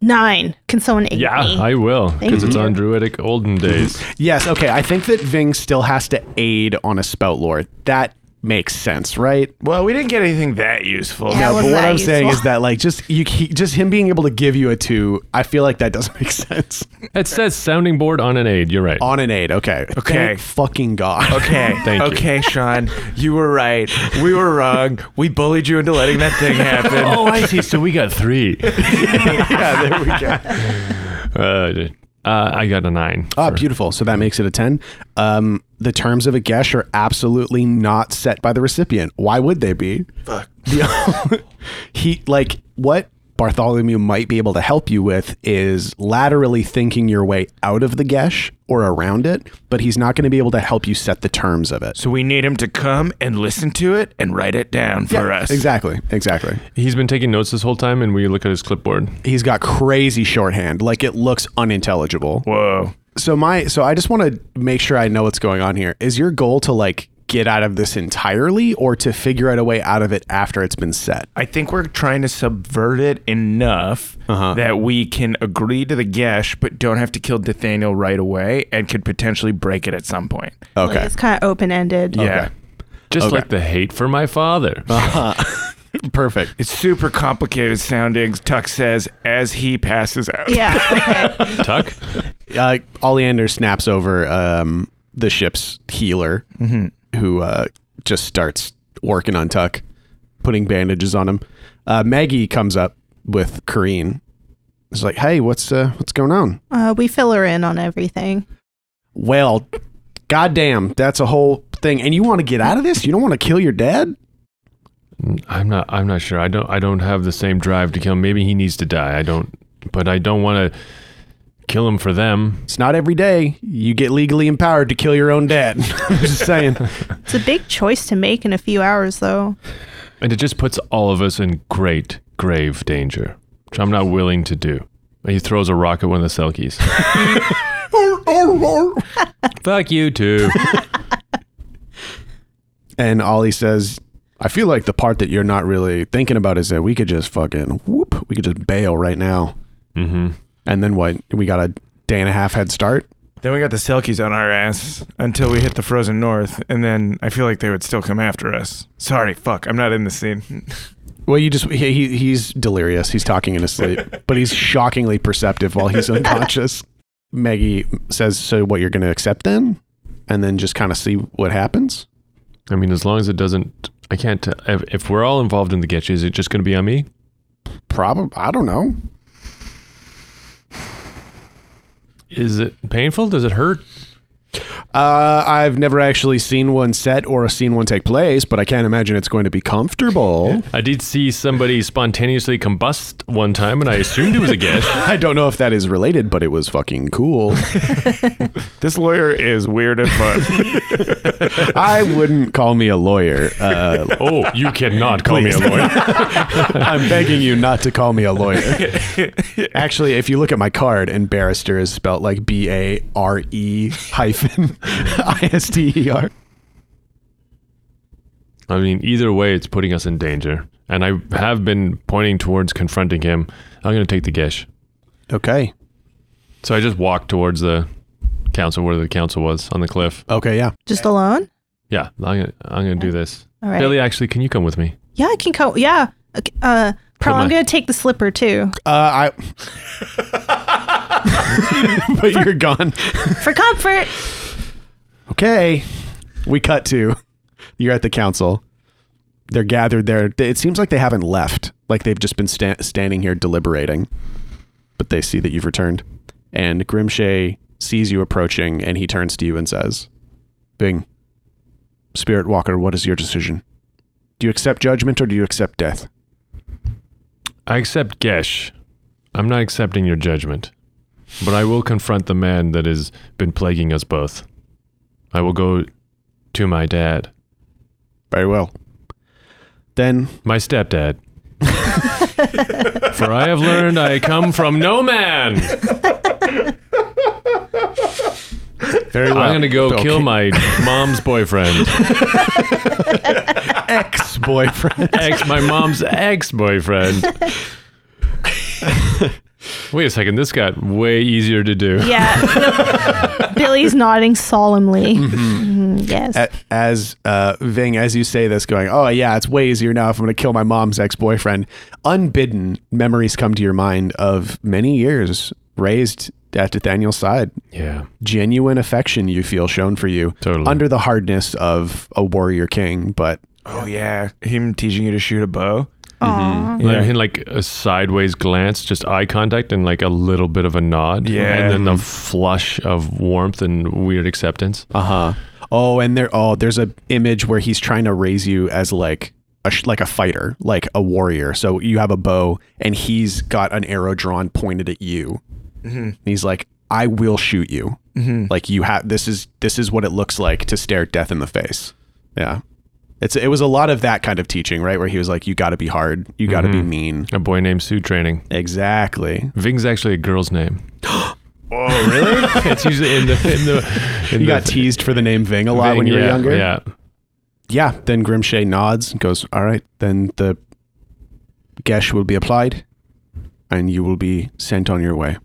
[SPEAKER 5] Nine. Can someone aid
[SPEAKER 3] Yeah,
[SPEAKER 5] me?
[SPEAKER 3] I will, because it's on druidic olden days.
[SPEAKER 2] Yes, okay. I think that Ving still has to aid on a spout lord. That makes sense, right?
[SPEAKER 1] Well, we didn't get anything that useful.
[SPEAKER 2] No,
[SPEAKER 5] Yeah.
[SPEAKER 2] but
[SPEAKER 5] wasn't
[SPEAKER 2] what
[SPEAKER 5] that
[SPEAKER 2] I'm saying
[SPEAKER 5] useful.
[SPEAKER 2] is that like just you he, just him being able to give you a two, I feel like that doesn't make sense.
[SPEAKER 3] It says sounding board on an aid. You're right.
[SPEAKER 2] On an eight, okay,
[SPEAKER 1] Okay.
[SPEAKER 2] Thank fucking god.
[SPEAKER 1] Okay.
[SPEAKER 3] Thank you.
[SPEAKER 1] okay, Sean, you were right. We were wrong. We bullied you into letting that thing happen.
[SPEAKER 3] oh, I see. So we got three.
[SPEAKER 2] yeah, there we go.
[SPEAKER 3] Uh, d- uh, I got a nine.
[SPEAKER 2] Ah,
[SPEAKER 3] for-
[SPEAKER 2] beautiful. So that makes it a ten. Um, the terms of a gesh are absolutely not set by the recipient. Why would they be? Fuck. he like what Bartholomew might be able to help you with is laterally thinking your way out of the gesh or around it, but he's not going to be able to help you set the terms of it.
[SPEAKER 1] So we need him to come and listen to it and write it down for
[SPEAKER 2] Yeah,
[SPEAKER 1] us.
[SPEAKER 2] Exactly. Exactly.
[SPEAKER 3] He's been taking notes this whole time, and we look at his clipboard.
[SPEAKER 2] He's got crazy shorthand. Like it looks unintelligible.
[SPEAKER 1] Whoa.
[SPEAKER 2] So my so I just want to make sure I know what's going on here. Is your goal to like get out of this entirely or to figure out a way out of it after it's been set?
[SPEAKER 1] I think we're trying to subvert it enough that we can agree to the gesh, but don't have to kill Nathaniel right away and could potentially break it at some point.
[SPEAKER 5] Like,
[SPEAKER 2] Okay.
[SPEAKER 5] it's kind of open ended.
[SPEAKER 1] Yeah.
[SPEAKER 3] Just
[SPEAKER 2] Okay.
[SPEAKER 3] like the hate for my father.
[SPEAKER 2] Perfect.
[SPEAKER 1] It's super complicated sounding, Tuck says, as he passes out.
[SPEAKER 5] Yeah. Okay.
[SPEAKER 3] Tuck.
[SPEAKER 2] Uh, Oleander snaps over um, the ship's healer, who uh, just starts working on Tuck, putting bandages on him. Uh, Maggie comes up with Kareen. It's like, "Hey, what's uh, what's going on?"
[SPEAKER 5] uh, we fill her in on everything.
[SPEAKER 2] Well, goddamn, that's a whole thing. And you want to get out of this? You don't want to kill your dad?
[SPEAKER 3] I'm not. I'm not sure. I don't. I don't have the same drive to kill him. Maybe he needs to die. I don't. But I don't want to kill him for them.
[SPEAKER 2] It's not every day you get legally empowered to kill your own dad. I'm just saying.
[SPEAKER 5] It's a big choice to make in a few hours, though.
[SPEAKER 3] And it just puts all of us in great, grave danger, which I'm not willing to do. He throws a rock at one of the Selkies. Fuck you too.
[SPEAKER 2] And Ollie says, I feel like the part that you're not really thinking about is that we could just fucking whoop, we could just bail right now.
[SPEAKER 3] mm-hmm.
[SPEAKER 2] And then what? We got a day and a half head start.
[SPEAKER 1] Then we got the Selkies on our ass until we hit the frozen north, and then I feel like they would still come after us. Sorry, fuck, I'm not in the scene.
[SPEAKER 2] Well, you just, he, he, he's delirious. He's talking in his sleep, but he's shockingly perceptive while he's unconscious. Maggie says, So what, you're going to accept then? And then just kind of see what happens?
[SPEAKER 3] I mean, as long as it doesn't, I can't. t- If, if we're all involved in the getch, is it just going to be on me?
[SPEAKER 2] Probably, I don't know.
[SPEAKER 3] Is it painful? Does it hurt?
[SPEAKER 2] Uh, I've never actually seen one set or seen one take place, but I can't imagine it's going to be comfortable.
[SPEAKER 3] I did see somebody spontaneously combust one time, and I assumed it was a getch.
[SPEAKER 2] I don't know if that is related, but it was fucking cool.
[SPEAKER 1] This lawyer is weird as fuck.
[SPEAKER 2] I wouldn't call me a lawyer. Uh,
[SPEAKER 3] Oh, you cannot call me a
[SPEAKER 2] Please.
[SPEAKER 3] lawyer.
[SPEAKER 2] I'm begging you not to call me a lawyer. Actually, if you look at my card, and barrister is spelt like B A R E hyphen I S T E R.
[SPEAKER 3] I mean, either way, it's putting us in danger. And I have been pointing towards confronting him. I'm going to take the gish.
[SPEAKER 2] Okay.
[SPEAKER 3] So I just walked towards the council, where the council was on the cliff.
[SPEAKER 2] Okay. Yeah.
[SPEAKER 5] Just alone?
[SPEAKER 3] Yeah, I'm going to I'm gonna do this.
[SPEAKER 5] All right.
[SPEAKER 3] Billy, actually, can you come with me?
[SPEAKER 5] Yeah, I can come. Yeah. Okay, Uh, probably
[SPEAKER 3] on.
[SPEAKER 5] I'm going to take the slipper, too.
[SPEAKER 2] Uh, I. but you're gone.
[SPEAKER 5] For comfort.
[SPEAKER 2] okay we cut to you're at the council they're gathered there it seems like they haven't left like they've just been sta- standing here deliberating but they see that you've returned and grimshay sees you approaching and he turns to you and says bing spirit walker what is your decision do you accept judgment or do you accept death
[SPEAKER 3] I accept Gesh. I'm not accepting your judgment, but I will confront the man that has been plaguing us both. I will go to my dad,
[SPEAKER 2] very well then
[SPEAKER 3] my stepdad. For I have learned I come from no man.
[SPEAKER 2] very
[SPEAKER 3] I'm going to go
[SPEAKER 2] Okay.
[SPEAKER 3] kill my mom's boyfriend,
[SPEAKER 2] ex-boyfriend
[SPEAKER 3] ex my mom's ex boyfriend. Wait a second, this got way easier to do.
[SPEAKER 5] Yeah. Billy's nodding solemnly.
[SPEAKER 2] Mm-hmm.
[SPEAKER 5] Mhm, yes.
[SPEAKER 2] A- as uh, Ving, as you say this, going, oh yeah, it's way easier now if I'm going to kill my mom's ex-boyfriend. Unbidden memories come to your mind of many years raised at Nathaniel's side.
[SPEAKER 3] Yeah.
[SPEAKER 2] Genuine affection you feel shown for you
[SPEAKER 3] Totally.
[SPEAKER 2] under the hardness of a warrior king, but
[SPEAKER 1] Oh yeah, him teaching you to shoot a bow.
[SPEAKER 5] Aw.
[SPEAKER 3] Like, and like a sideways glance, just eye contact, and like a little bit of a nod.
[SPEAKER 1] Yeah.
[SPEAKER 3] And then the flush of warmth and weird acceptance.
[SPEAKER 2] uh huh. Oh, and there, oh, there's a image where he's trying to raise you as like. A sh- like a fighter, like a warrior. So you have a bow, and he's got an arrow drawn, pointed at you. And he's like, "I will shoot you. Like you have this is this is what it looks like to stare death in the face." Yeah, it's it was a lot of that kind of teaching, right? Where he was like, "You got to be hard. You got to be mean."
[SPEAKER 3] A boy named Sue training.
[SPEAKER 2] Exactly.
[SPEAKER 3] Ving's actually a girl's name. oh, really? it's usually in the in the. In
[SPEAKER 2] You
[SPEAKER 3] the
[SPEAKER 2] got teased for the name Ving a lot
[SPEAKER 3] Ving,
[SPEAKER 2] when you were
[SPEAKER 3] yeah,
[SPEAKER 2] younger.
[SPEAKER 3] Yeah.
[SPEAKER 2] Yeah. Then Grimshay nods and goes, "All right. Then the gesh will be applied, and you will be sent on your way."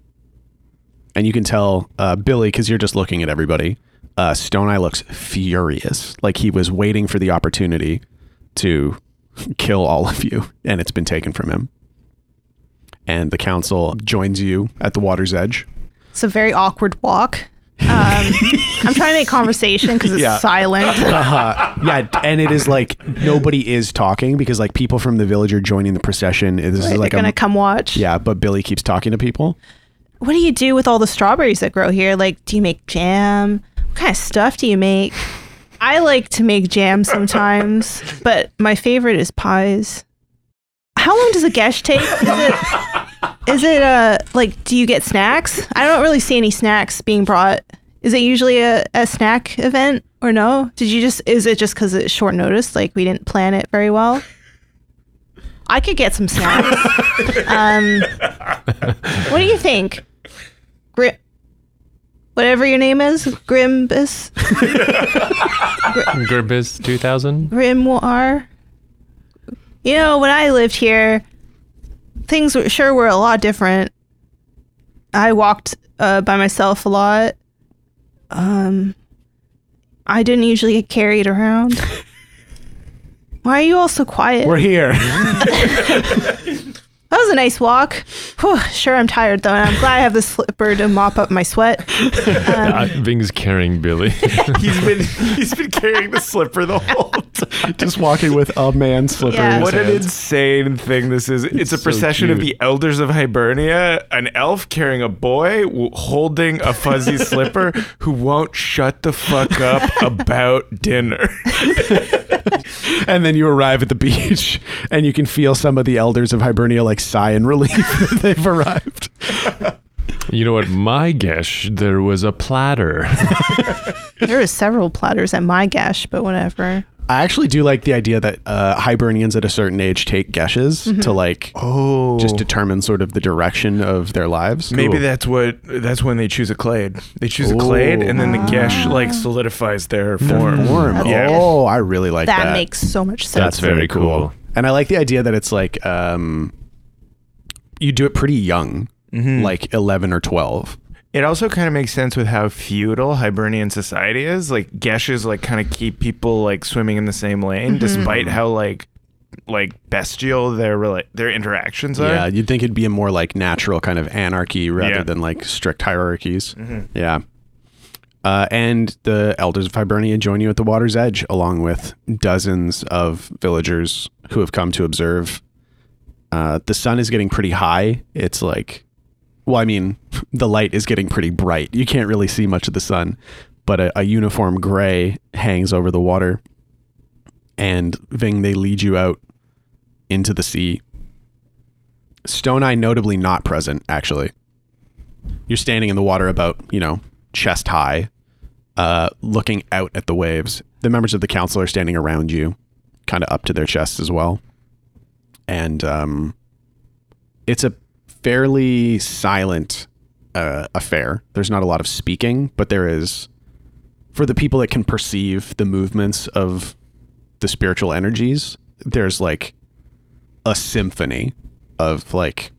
[SPEAKER 2] And you can tell uh, Billy because you're just looking at everybody. Uh, Stone Eye looks furious, like he was waiting for the opportunity to kill all of you, and it's been taken from him. And the council joins you at the water's edge.
[SPEAKER 5] It's a very awkward walk. Um, I'm trying to make conversation because it's
[SPEAKER 2] Yeah.
[SPEAKER 5] silent.
[SPEAKER 2] Uh, yeah, and it is like nobody is talking because like people from the village are joining the procession. This is
[SPEAKER 5] They're
[SPEAKER 2] like
[SPEAKER 5] gonna
[SPEAKER 2] a
[SPEAKER 5] come watch.
[SPEAKER 2] Yeah, but Billy keeps talking to people.
[SPEAKER 5] What do you do with all the strawberries that grow here? Like, do you make jam? What kind of stuff do you make? I like to make jam sometimes, but my favorite is pies. How long does a gesh take? Is it, is it uh like do you get snacks? I don't really see any snacks being brought. Is it usually a, a snack event or no? Did you just is it just because it's short notice? Like we didn't plan it very well. I could get some snacks. um, what do you think? Grim, whatever your name is, Grimbus,
[SPEAKER 3] Gerbiz 2000.
[SPEAKER 5] Grimoire. You know, when I lived here, things were, sure were a lot different. I walked uh, by myself a lot. Um, I didn't usually get carried around. Why are you all so quiet?
[SPEAKER 2] here.
[SPEAKER 5] That was a nice walk. Whew, sure, I'm tired though, and I'm glad I have this slipper to mop up my sweat.
[SPEAKER 3] Uh, Ving's carrying Billy.
[SPEAKER 1] He's been he's been carrying the slipper the whole time.
[SPEAKER 2] Just walking with a man slipper.
[SPEAKER 5] Yeah.
[SPEAKER 2] in his
[SPEAKER 1] What an
[SPEAKER 2] hand.
[SPEAKER 1] insane thing this is. It's, a
[SPEAKER 3] so
[SPEAKER 1] procession of
[SPEAKER 3] cute.
[SPEAKER 1] the elders of Hibernia, an elf carrying a boy w- holding a fuzzy slipper who won't shut the fuck up about dinner.
[SPEAKER 2] and then you arrive at the beach and you can feel some of the elders of Hibernia like sigh in relief that they've arrived.
[SPEAKER 3] you know what? My guess, there was a platter.
[SPEAKER 5] There were several platters at my gash, but whatever.
[SPEAKER 2] I actually do like the idea that uh, Hibernians at a certain age take geshes
[SPEAKER 5] Mm-hmm.
[SPEAKER 2] to like
[SPEAKER 1] Oh.
[SPEAKER 2] just determine sort of the direction of their lives.
[SPEAKER 1] Maybe
[SPEAKER 3] Cool.
[SPEAKER 1] that's what that's when they choose a clade. They choose a clade and then the gesh like solidifies their form.
[SPEAKER 2] Form.
[SPEAKER 1] Yeah.
[SPEAKER 2] Oh, I really like that.
[SPEAKER 5] That, makes so much sense.
[SPEAKER 3] That's very cool.
[SPEAKER 2] And I like the idea that it's like um, you do it pretty young,
[SPEAKER 1] Mm-hmm.
[SPEAKER 2] like 11 or 12.
[SPEAKER 1] It also kind of makes sense with how feudal Hibernian society is. Like geshes like kind of keep people like swimming in the same lane despite how like like bestial their rela- their interactions are.
[SPEAKER 2] Yeah, you'd think it'd be a more like natural kind of anarchy rather
[SPEAKER 1] Yeah.
[SPEAKER 2] than like strict hierarchies. Yeah. Uh, and the elders of Hibernia join you at the water's edge, along with dozens of villagers who have come to observe. Uh, the sun is getting pretty high. It's like, well, I mean, the light is getting pretty bright. You can't really see much of the sun, but a, a uniform gray hangs over the water. And Ving, they lead you out into the sea. Stone Eye notably not present, actually. You're standing in the water about, you know, chest high, uh, looking out at the waves. The members of the council are standing around you, kind of up to their chests as well. And um, it's a fairly silent uh, affair. There's not a lot of speaking, but there is, for the people that can perceive the movements of the spiritual energies, there's like a symphony of like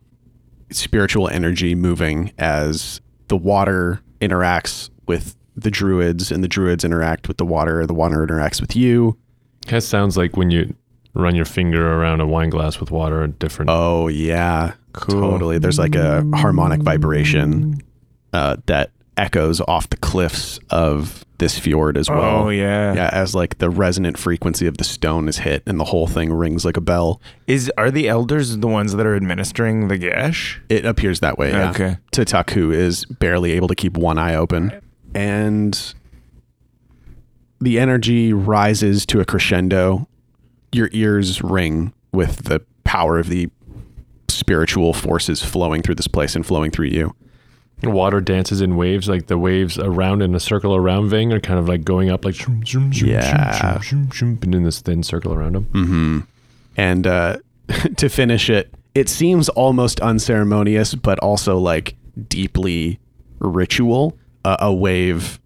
[SPEAKER 2] spiritual energy moving as the water interacts with the druids and the druids interact with the water the water interacts with you
[SPEAKER 3] That sounds like when you run your finger around a wine glass with water, a different.
[SPEAKER 2] oh yeah
[SPEAKER 3] Cool.
[SPEAKER 2] totally there's like a harmonic vibration uh, that echoes off the cliffs of this fjord as well
[SPEAKER 1] oh yeah.
[SPEAKER 2] yeah as like the resonant frequency of the stone is hit and the whole thing rings like a bell
[SPEAKER 1] Is are the elders the ones that are administering the gesh?
[SPEAKER 2] It appears that way. Yeah.
[SPEAKER 1] Okay.
[SPEAKER 2] Tataku is barely able to keep one eye open. And the energy rises to a crescendo. Your ears ring with the power of the spiritual forces flowing through this place and flowing through you.
[SPEAKER 3] Water dances in waves, like the waves around in a circle around Ving are kind of like going up, like shroom, shroom, shroom,
[SPEAKER 2] Yeah.
[SPEAKER 3] shroom, shroom, shroom, and in this thin circle around him.
[SPEAKER 2] And uh, to finish it, it seems almost unceremonious, but also like deeply ritual. Uh, a wave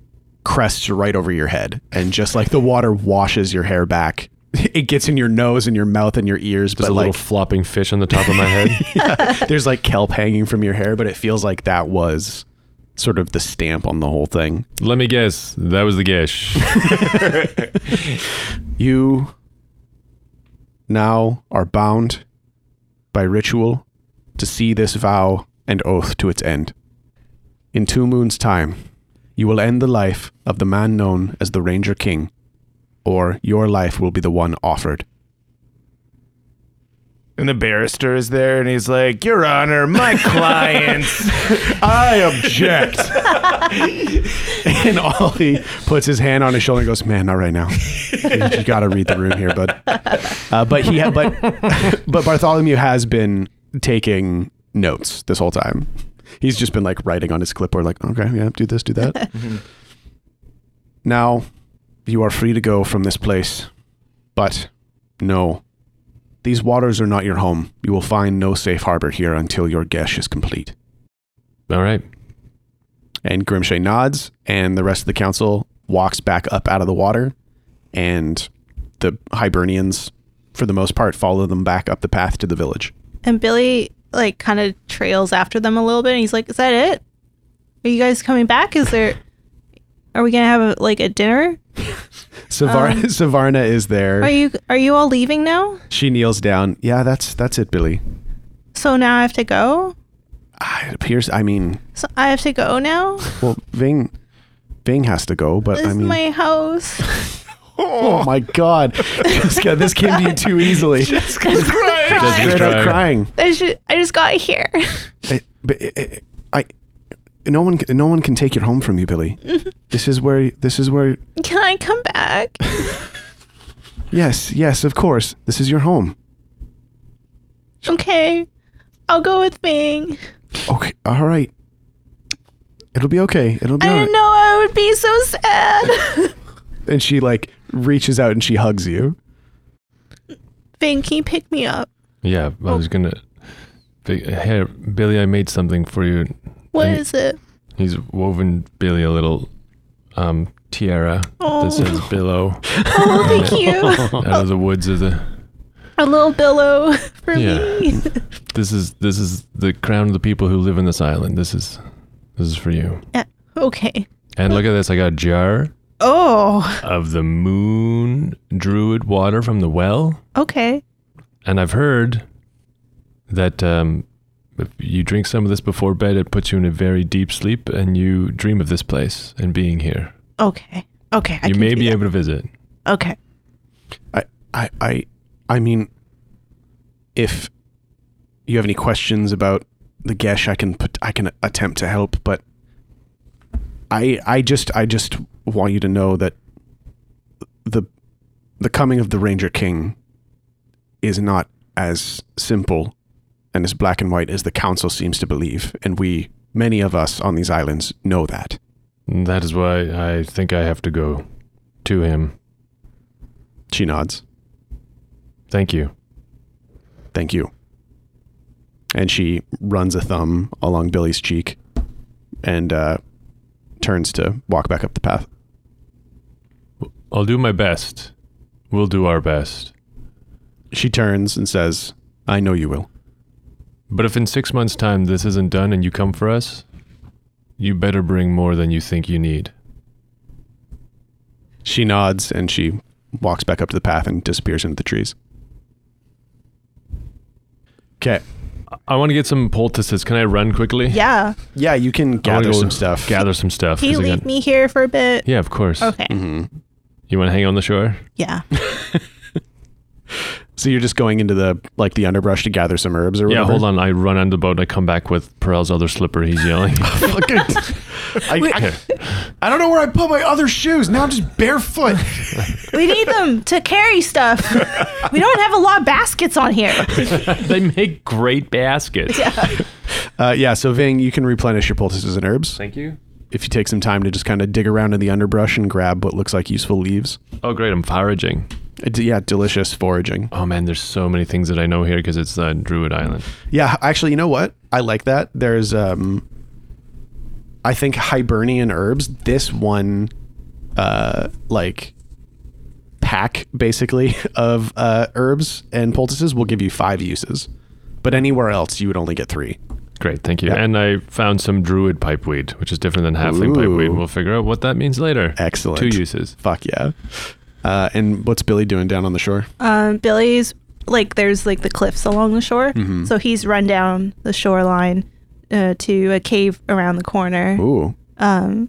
[SPEAKER 2] crests right over your head, and just like the water washes your hair back, it gets in your nose and your mouth and your ears.
[SPEAKER 3] There's
[SPEAKER 2] but
[SPEAKER 3] a
[SPEAKER 2] like,
[SPEAKER 3] little flopping fish on the top of my head.
[SPEAKER 2] there's like kelp hanging from your hair, but it feels like that was sort of the stamp on the whole thing.
[SPEAKER 3] Let me guess, that was the Gesh.
[SPEAKER 2] You now are bound by ritual to see this vow and oath to its end. In two moons' time, you will end the life of the man known as the Ranger King, or your life will be the one offered.
[SPEAKER 1] And the barrister is there, and he's like, "Your Honor, my clients."
[SPEAKER 2] I object. and Ollie puts his hand on his shoulder and goes, "Man, not right now. You got to read the room here, bud." Uh, but he, ha- but but Bartholomew has been taking notes this whole time. He's just been like writing on his clipboard, like, "Okay, yeah, do this, do that." now, you are free to go from this place, but no. These waters are not your home. You will find no safe harbor here until your gesh is complete.
[SPEAKER 3] All right.
[SPEAKER 2] And Grimshay nods, and the rest of the council walks back up out of the water. And the Hibernians, for the most part, follow them back up the path to the village.
[SPEAKER 5] And Billy like kind of trails after them a little bit and he's like, Is that it? Are you guys coming back? Is there are we gonna have a, like a dinner?
[SPEAKER 2] Savarna,
[SPEAKER 5] Um,
[SPEAKER 2] Savarna is there.
[SPEAKER 5] Are you are you all leaving now?
[SPEAKER 2] she kneels down. Yeah, that's that's it, Billy.
[SPEAKER 5] So now I have to go?
[SPEAKER 2] Ah, It appears. I mean,
[SPEAKER 5] So I have to go now?
[SPEAKER 2] well, Ving, Ving has to go, but
[SPEAKER 5] This
[SPEAKER 2] I
[SPEAKER 5] is
[SPEAKER 2] mean,
[SPEAKER 5] my house.
[SPEAKER 2] oh my god, Jessica, this came to you too easily.
[SPEAKER 5] Just cry.
[SPEAKER 2] Straight up crying.
[SPEAKER 3] Crying.
[SPEAKER 5] I just, I just got here.
[SPEAKER 2] I, but i I, I- no one, no one can take it home from you, Billy. this is where, this is where.
[SPEAKER 5] Can I come back?
[SPEAKER 2] Yes, yes, of course. This is your home.
[SPEAKER 5] Okay. I'll go with Bing.
[SPEAKER 2] Okay, all right. It'll be okay. It'll be.
[SPEAKER 5] I
[SPEAKER 2] all right.
[SPEAKER 5] didn't know I would be so sad.
[SPEAKER 2] And she like reaches out and she hugs you.
[SPEAKER 5] Bing, can you pick me up?
[SPEAKER 3] Yeah, I was gonna. Big, here, Billy, I made something for you.
[SPEAKER 5] What
[SPEAKER 3] Hey.
[SPEAKER 5] is it?
[SPEAKER 3] He's woven Billy a little um, tiara
[SPEAKER 5] Oh.
[SPEAKER 3] that says billow
[SPEAKER 5] Oh, thank you.
[SPEAKER 3] out of the woods of the.
[SPEAKER 5] A little billow for
[SPEAKER 3] Yeah.
[SPEAKER 5] me.
[SPEAKER 3] This is this is the crown of the people who live in this island. This is this is for you.
[SPEAKER 5] Yeah, okay.
[SPEAKER 3] And look at this. I got a jar
[SPEAKER 5] Oh,
[SPEAKER 3] of the moon druid water from the well,
[SPEAKER 5] okay.
[SPEAKER 3] and I've heard that um, if you drink some of this before bed, it puts you in a very deep sleep, and you dream of this place and being here.
[SPEAKER 5] Okay. Okay. I
[SPEAKER 3] you
[SPEAKER 5] can
[SPEAKER 3] may
[SPEAKER 5] do
[SPEAKER 3] be
[SPEAKER 5] that.
[SPEAKER 3] able to visit.
[SPEAKER 5] Okay.
[SPEAKER 2] I, I, I, I mean, if you have any questions about the Gesh, I can put, I can attempt to help, but I, I just, I just want you to know that the, the coming of the Ranger King is not as simple and as black and white as the council seems to believe, and we, many of us on these islands, know that.
[SPEAKER 3] And That is why I think I have to go to him.
[SPEAKER 2] She nods.
[SPEAKER 3] Thank you.
[SPEAKER 2] Thank you. And she runs a thumb along Billy's cheek and uh, turns to walk back up the path.
[SPEAKER 3] I'll do my best. We'll do our best.
[SPEAKER 2] She turns and says, I know you will.
[SPEAKER 3] But if in six months' time this isn't done and you come for us, you better bring more than you think you need.
[SPEAKER 2] She nods and she walks back up to the path and disappears into the trees. Okay.
[SPEAKER 3] I want to get some poultices. Can I run quickly?
[SPEAKER 5] Yeah.
[SPEAKER 2] Yeah, you can
[SPEAKER 3] I wanna
[SPEAKER 2] gather
[SPEAKER 3] go
[SPEAKER 2] some stuff.
[SPEAKER 3] Gather some stuff.
[SPEAKER 5] Can you
[SPEAKER 3] 'cause I
[SPEAKER 5] leave
[SPEAKER 3] got-
[SPEAKER 5] me here for a bit?
[SPEAKER 3] Yeah, Mm. of course.
[SPEAKER 5] Okay.
[SPEAKER 3] You want to hang on the shore?
[SPEAKER 5] Yeah.
[SPEAKER 2] So you're just going into the like the underbrush to gather some herbs or whatever.
[SPEAKER 3] Yeah, hold on. I run under the boat. I come back with Perel's other slipper. He's yelling.
[SPEAKER 2] Fucking- I,
[SPEAKER 3] Here.
[SPEAKER 2] I, I don't know where I put my other shoes. Now I'm just barefoot.
[SPEAKER 5] we need them to carry stuff. we don't have a lot of baskets on here.
[SPEAKER 3] they make great baskets.
[SPEAKER 2] Uh, yeah, so Ving, you can replenish your poultices and herbs
[SPEAKER 3] Thank you.
[SPEAKER 2] if you take some time to just kind of dig around in the underbrush and grab what looks like useful leaves.
[SPEAKER 3] Oh, great. I'm foraging.
[SPEAKER 2] Uh, d- yeah, delicious foraging.
[SPEAKER 3] Oh, man. There's so many things that I know here because it's uh, Druid Island.
[SPEAKER 2] Yeah, actually, you know what? I like that. There's, um, I think Hibernian herbs. This one, uh, like pack basically of uh, herbs and poultices will give you five uses, but anywhere else you would only get three.
[SPEAKER 3] Great. Thank you.
[SPEAKER 2] Yeah.
[SPEAKER 3] And I found some Druid pipeweed, which is different than Halfling
[SPEAKER 2] Ooh.
[SPEAKER 3] pipeweed. We'll figure out what that means later.
[SPEAKER 2] Excellent.
[SPEAKER 3] Two uses.
[SPEAKER 2] Fuck yeah. Uh, and what's Billy doing down on the shore?
[SPEAKER 5] Um, Billy's like there's like the cliffs along the shore,
[SPEAKER 3] Mm-hmm.
[SPEAKER 5] so he's run down the shoreline uh, to a cave around the corner, Um,
[SPEAKER 2] Ooh.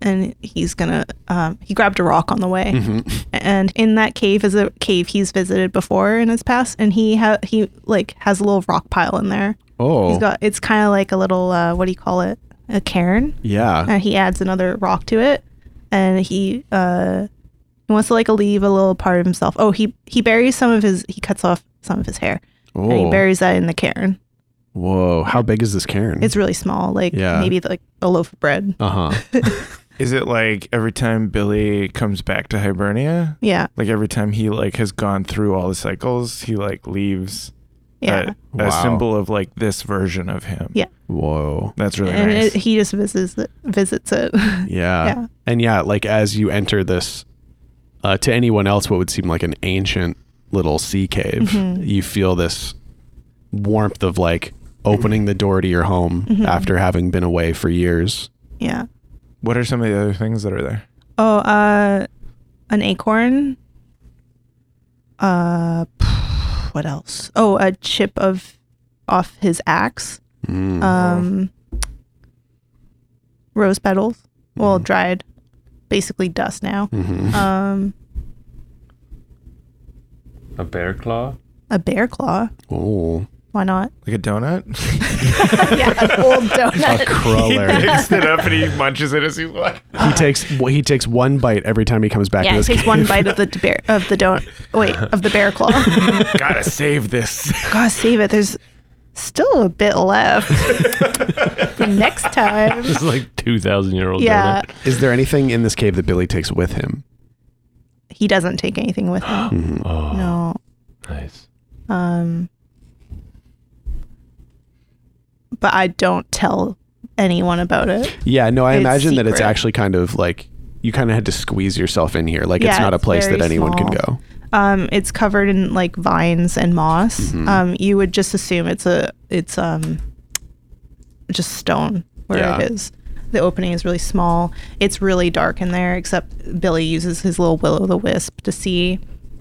[SPEAKER 5] and he's gonna um, he grabbed a rock on the way,
[SPEAKER 3] Mm-hmm.
[SPEAKER 2] Mm-hmm.
[SPEAKER 5] and in that cave is a cave he's visited before in his past, and he ha- he like has a little rock pile in there.
[SPEAKER 2] Oh.
[SPEAKER 5] He's got it's kind of like a little uh, what do you call it a cairn,
[SPEAKER 2] yeah.
[SPEAKER 5] and he adds another rock to it, and he uh he wants to like leave a little part of himself. Oh, he he buries some of his he cuts off some of his hair. And he
[SPEAKER 2] Oh.
[SPEAKER 5] buries that in the cairn.
[SPEAKER 2] Whoa. How big is this cairn?
[SPEAKER 5] It's really small, like
[SPEAKER 2] Mm. Yeah.
[SPEAKER 5] maybe like a loaf of bread.
[SPEAKER 2] uh huh.
[SPEAKER 1] Is it like every time Billy comes back to Hibernia?
[SPEAKER 5] Yeah,
[SPEAKER 1] Like every time he like has gone through all the cycles, he like leaves
[SPEAKER 5] yeah,
[SPEAKER 1] a, a
[SPEAKER 2] Wow.
[SPEAKER 1] symbol of like this version of him.
[SPEAKER 5] Yeah.
[SPEAKER 2] Whoa.
[SPEAKER 1] That's really
[SPEAKER 5] and
[SPEAKER 1] nice.
[SPEAKER 5] it, he just visits it, visits it.
[SPEAKER 2] Yeah.
[SPEAKER 5] Yeah.
[SPEAKER 2] And yeah, like as you enter this, uh, to anyone else, what would seem like an ancient little sea cave,
[SPEAKER 5] Mm-hmm.
[SPEAKER 2] you feel this warmth of like opening the door to your home
[SPEAKER 5] Mm-hmm.
[SPEAKER 2] after having been away for years.
[SPEAKER 5] yeah.
[SPEAKER 1] what are some of the other things that are there?
[SPEAKER 5] Oh, uh, an acorn. Uh, what else? Oh, a chip of off his axe.
[SPEAKER 2] Mm. Mm-hmm.
[SPEAKER 5] Um, rose petals.
[SPEAKER 2] Mm-hmm.
[SPEAKER 5] Well, dried, basically dust now. Um,
[SPEAKER 3] A bear claw?
[SPEAKER 5] a bear claw.
[SPEAKER 2] Oh,
[SPEAKER 5] Why not?
[SPEAKER 1] Like a donut?
[SPEAKER 5] yeah, an old
[SPEAKER 2] a
[SPEAKER 5] donut.
[SPEAKER 1] he
[SPEAKER 2] crawler.
[SPEAKER 1] picks it up and he munches it as he's like.
[SPEAKER 2] he takes he takes one bite every time he comes back.
[SPEAKER 5] uh, Yeah,
[SPEAKER 2] to
[SPEAKER 5] it
[SPEAKER 2] this
[SPEAKER 5] takes
[SPEAKER 2] cave.
[SPEAKER 5] one bite of the d- bear of the don't wait of the bear claw.
[SPEAKER 1] Gotta save this.
[SPEAKER 5] God save it. There's still a bit left. For next time.
[SPEAKER 3] It's like 2,000 year old.
[SPEAKER 5] Yeah,
[SPEAKER 2] Is there anything in this cave that Billy takes with him?
[SPEAKER 5] he doesn't take anything with him.
[SPEAKER 2] Mm-hmm.
[SPEAKER 3] Oh,
[SPEAKER 5] no.
[SPEAKER 3] nice.
[SPEAKER 5] Um, but I don't tell anyone about it.
[SPEAKER 2] Yeah, no, I
[SPEAKER 5] It's
[SPEAKER 2] imagine that it's
[SPEAKER 5] secret.
[SPEAKER 2] actually kind of like you kind of had to squeeze yourself in here. Like it's
[SPEAKER 5] Yeah,
[SPEAKER 2] not a
[SPEAKER 5] it's
[SPEAKER 2] place
[SPEAKER 5] very
[SPEAKER 2] that anyone can
[SPEAKER 5] small.
[SPEAKER 2] go.
[SPEAKER 5] Um, it's covered in like vines and moss.
[SPEAKER 2] Mm-hmm.
[SPEAKER 5] Um, you would just assume it's a it's um just stone where
[SPEAKER 2] Yeah.
[SPEAKER 5] it is. The opening is really small. It's really dark in there, except Billy uses his little will o' the wisp to see,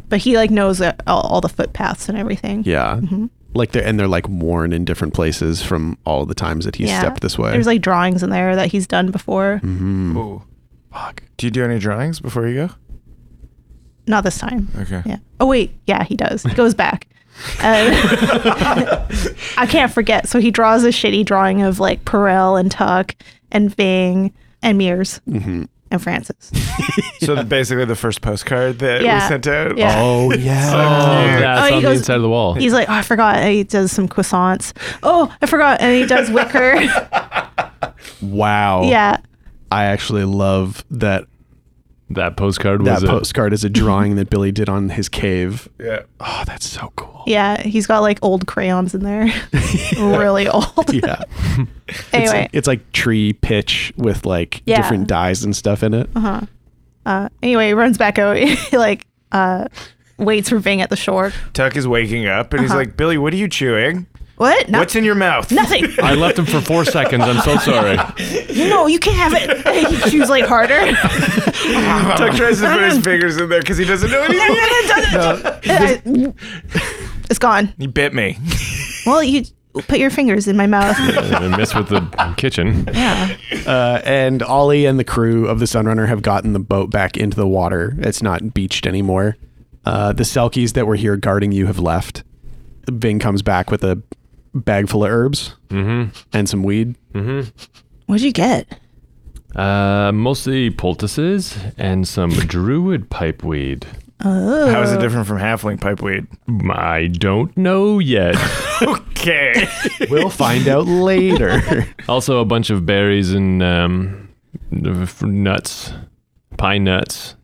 [SPEAKER 5] but he like knows that- all, all the footpaths and everything. Mm-hmm.
[SPEAKER 2] Yeah. Like they're and they're like worn in different places from all the times that he's
[SPEAKER 5] Yeah.
[SPEAKER 2] stepped this way. Mm-hmm.
[SPEAKER 5] There's like drawings in there that he's done before.
[SPEAKER 2] Hmm.
[SPEAKER 1] Ooh. Fuck. Do you do any drawings before you go?
[SPEAKER 5] Not this time.
[SPEAKER 1] Okay.
[SPEAKER 5] Yeah. Oh wait, yeah, he does. He goes back. Um, I can't forget. So he draws a shitty drawing of like Perel and Tuck and Bing and Mears
[SPEAKER 2] Mm-hmm.
[SPEAKER 5] and Francis.
[SPEAKER 1] So basically, the first postcard that
[SPEAKER 5] Yeah.
[SPEAKER 1] we sent out.
[SPEAKER 5] Yeah.
[SPEAKER 2] oh yeah.
[SPEAKER 3] Oh,
[SPEAKER 1] Yeah.
[SPEAKER 5] Oh,
[SPEAKER 3] that's
[SPEAKER 5] he
[SPEAKER 3] on
[SPEAKER 5] goes-
[SPEAKER 3] the inside of the wall.
[SPEAKER 5] He's like, oh, I forgot. And he does some croissants. Oh, I forgot. And he does wicker.
[SPEAKER 2] wow.
[SPEAKER 5] yeah.
[SPEAKER 2] I actually love that
[SPEAKER 3] That postcard
[SPEAKER 2] that
[SPEAKER 3] was uh, a,
[SPEAKER 2] postcard is a drawing that Billy did on his cave.
[SPEAKER 1] Yeah.
[SPEAKER 2] Oh, that's so cool.
[SPEAKER 5] Yeah. He's got like old crayons in there. really old.
[SPEAKER 2] Yeah. It's,
[SPEAKER 5] anyway.
[SPEAKER 2] like, it's like tree pitch with like
[SPEAKER 5] Yeah.
[SPEAKER 2] different dyes and stuff in it.
[SPEAKER 5] Uh, anyway, he runs back out. he like uh, waits for Bing at the shore. Uh-huh.
[SPEAKER 1] Tuck is waking up and he's like, Billy, what are you chewing?
[SPEAKER 5] What? No,
[SPEAKER 1] What's in your mouth?
[SPEAKER 5] nothing.
[SPEAKER 3] I left him for four seconds. I'm so sorry.
[SPEAKER 5] no, you can't have it. He chews like harder. And
[SPEAKER 1] Tuck tries to put his fingers in there because he doesn't know
[SPEAKER 5] then
[SPEAKER 1] anything.
[SPEAKER 5] it doesn't- and I- Uh, It's gone.
[SPEAKER 1] He bit me.
[SPEAKER 5] Well, you put your fingers in my mouth.
[SPEAKER 3] I mess with the kitchen.
[SPEAKER 5] Yeah.
[SPEAKER 2] Uh, and Ollie and the crew of the Sunrunner have gotten the boat back into the water. It's not beached anymore. Uh, the Selkies that were here guarding you have left. Ving comes back with a bag full of herbs and some weed.
[SPEAKER 5] What'd you get?
[SPEAKER 3] Uh, mostly poultices and some druid pipeweed.
[SPEAKER 1] How is it different from halfling pipeweed?
[SPEAKER 3] I don't know yet.
[SPEAKER 1] Okay.
[SPEAKER 2] We'll find out later.
[SPEAKER 3] also, a bunch of berries and um, f- nuts, pine nuts,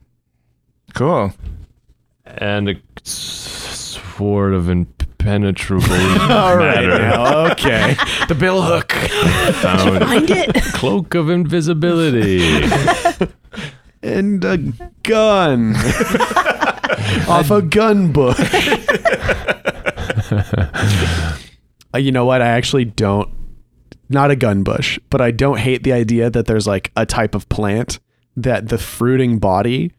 [SPEAKER 1] Cool.
[SPEAKER 3] and a s- sword of impenetrable
[SPEAKER 2] All right.
[SPEAKER 3] matter
[SPEAKER 2] Now. Okay. the bill hook.
[SPEAKER 3] found
[SPEAKER 5] Find it.
[SPEAKER 3] cloak of invisibility.
[SPEAKER 2] And a gun. Off a gun book. Uh, you know what? I actually don't. Not a gun bush, but I don't hate the idea that there's like a type of plant that the fruiting body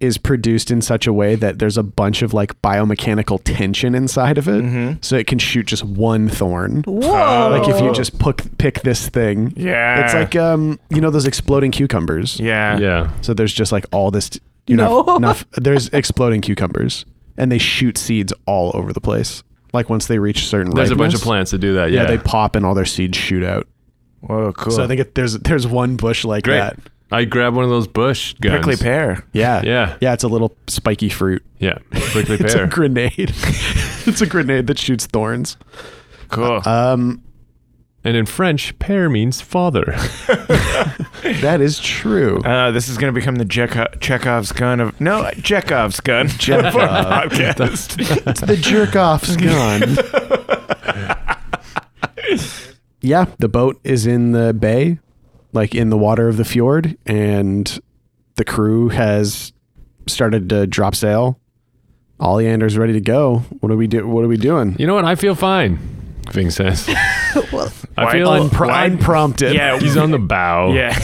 [SPEAKER 2] is produced in such a way that there's a bunch of like biomechanical tension inside of it.
[SPEAKER 1] Mm-hmm.
[SPEAKER 2] So it can shoot just one thorn.
[SPEAKER 5] Whoa.
[SPEAKER 2] Like if you just pick, pick this thing.
[SPEAKER 1] Yeah.
[SPEAKER 2] It's like, um, you know, those exploding cucumbers.
[SPEAKER 1] yeah.
[SPEAKER 3] yeah.
[SPEAKER 2] So there's just like all this, you know,
[SPEAKER 5] No.
[SPEAKER 2] enough, there's exploding cucumbers, and they shoot seeds all over the place. Like once they reach certain,
[SPEAKER 3] There's a bunch of
[SPEAKER 2] ripeness,
[SPEAKER 3] plants that do that.
[SPEAKER 2] Yeah,
[SPEAKER 3] Yeah.
[SPEAKER 2] they pop and all their seeds shoot out.
[SPEAKER 1] Whoa, cool.
[SPEAKER 2] So I think it, there's there's one bush like
[SPEAKER 3] Great.
[SPEAKER 2] that.
[SPEAKER 3] I grab one of those bush guns.
[SPEAKER 1] prickly pear.
[SPEAKER 2] Yeah,
[SPEAKER 3] Yeah.
[SPEAKER 2] yeah. It's a little spiky fruit.
[SPEAKER 3] Yeah. Prickly
[SPEAKER 2] It's a
[SPEAKER 3] pear.
[SPEAKER 2] grenade. it's a grenade that shoots thorns.
[SPEAKER 1] Cool.
[SPEAKER 2] Um,
[SPEAKER 3] and in French, pear means father.
[SPEAKER 2] that is true.
[SPEAKER 1] Uh, this is going to become the Chekho- Chekhov's gun of no Chekhov's gun. Chekhov
[SPEAKER 2] uh,
[SPEAKER 1] podcast.
[SPEAKER 2] It's the jerk off's gun. yeah, the boat is in the bay, like in the water of the fjord, and the crew has started to drop sail. Oleander's ready to go. What are we do? What are we doing?
[SPEAKER 3] You know what? I feel fine. Ving says. I
[SPEAKER 1] Why-
[SPEAKER 3] feel
[SPEAKER 2] Unpro-
[SPEAKER 1] why-
[SPEAKER 2] unprompted.
[SPEAKER 1] yeah.
[SPEAKER 3] he's on the bow.
[SPEAKER 1] yeah.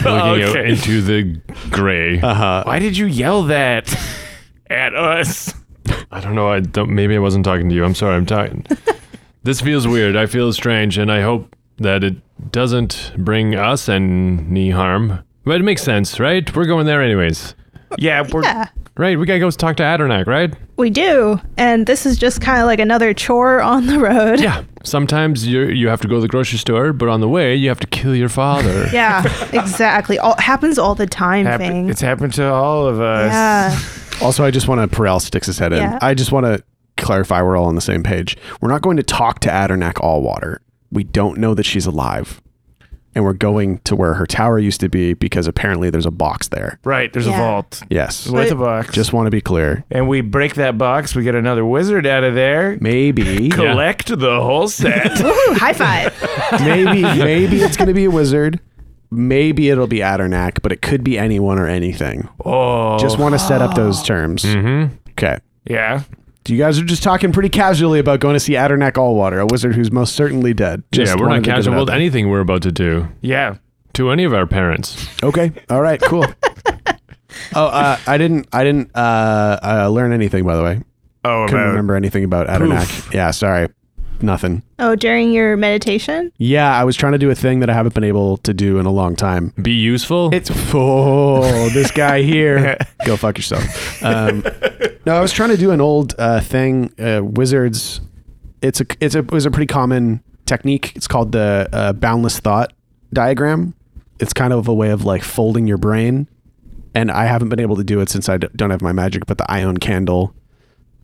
[SPEAKER 3] Looking out
[SPEAKER 1] Okay.
[SPEAKER 3] into the gray.
[SPEAKER 2] Uh-huh.
[SPEAKER 1] Why did you yell that at us?
[SPEAKER 3] I don't know. I don't. Maybe I wasn't talking to you. I'm sorry. I'm talking. this feels weird. I feel strange, and I hope that it doesn't bring us any harm. But it makes sense, right? We're going there anyways,
[SPEAKER 1] Yeah. We're,
[SPEAKER 5] yeah.
[SPEAKER 3] right? We gotta go talk to Adarnak, right?
[SPEAKER 5] We do. And this is just kind of like another chore on the road.
[SPEAKER 3] Yeah. Sometimes you you have to go to the grocery store, but on the way you have to kill your father.
[SPEAKER 5] Yeah, exactly. All happens all the time
[SPEAKER 1] Happen-
[SPEAKER 5] thing.
[SPEAKER 1] it's happened to all of us.
[SPEAKER 5] yeah.
[SPEAKER 2] Also, I just want to. Perel sticks his head in.
[SPEAKER 5] Yeah.
[SPEAKER 2] I just want to clarify we're all on the same page. We're not going to talk to Adarnak Allwater. We don't know that she's alive. And we're going to where her tower used to be because apparently there's a box there.
[SPEAKER 1] Right. There's a
[SPEAKER 5] Yeah.
[SPEAKER 1] vault
[SPEAKER 2] Yes.
[SPEAKER 1] with a
[SPEAKER 5] But-
[SPEAKER 1] box.
[SPEAKER 2] Just want to be clear.
[SPEAKER 1] and we break that box. We get another wizard out of there.
[SPEAKER 2] Maybe,
[SPEAKER 1] Collect the whole set.
[SPEAKER 5] Woohoo, high five.
[SPEAKER 2] maybe, maybe it's going to be a wizard. Maybe it'll be Adarnak, but it could be anyone or anything.
[SPEAKER 1] oh.
[SPEAKER 2] Just want to set up those terms.
[SPEAKER 3] Mm-hmm.
[SPEAKER 2] Okay.
[SPEAKER 1] yeah.
[SPEAKER 2] You guys are just talking pretty casually about going to see Adarnak Allwater, a wizard who's most certainly dead. Just
[SPEAKER 3] Yeah, we're
[SPEAKER 2] wanted
[SPEAKER 3] not
[SPEAKER 2] to get
[SPEAKER 3] casual
[SPEAKER 2] it out
[SPEAKER 3] with
[SPEAKER 2] there.
[SPEAKER 3] anything we're about to do
[SPEAKER 1] Yeah.
[SPEAKER 3] to any of our parents.
[SPEAKER 2] Okay. All right. Cool. oh, uh, I didn't. I didn't uh, uh, learn anything. By the way,
[SPEAKER 1] Oh,
[SPEAKER 2] couldn't
[SPEAKER 1] about-
[SPEAKER 2] remember anything about Adarnak. Yeah. Sorry. Nothing.
[SPEAKER 5] Oh, during your meditation?
[SPEAKER 2] Yeah, I was trying to do a thing that I haven't been able to do in a long time.
[SPEAKER 3] Be useful.
[SPEAKER 2] It's oh, this guy here. Go fuck yourself. Um, no, I was trying to do an old uh, thing. Uh, wizards. It's a it's a it was a pretty common technique. It's called the uh, boundless thought diagram. It's kind of a way of like folding your brain, and I haven't been able to do it since I d- don't have my magic. But the ion candle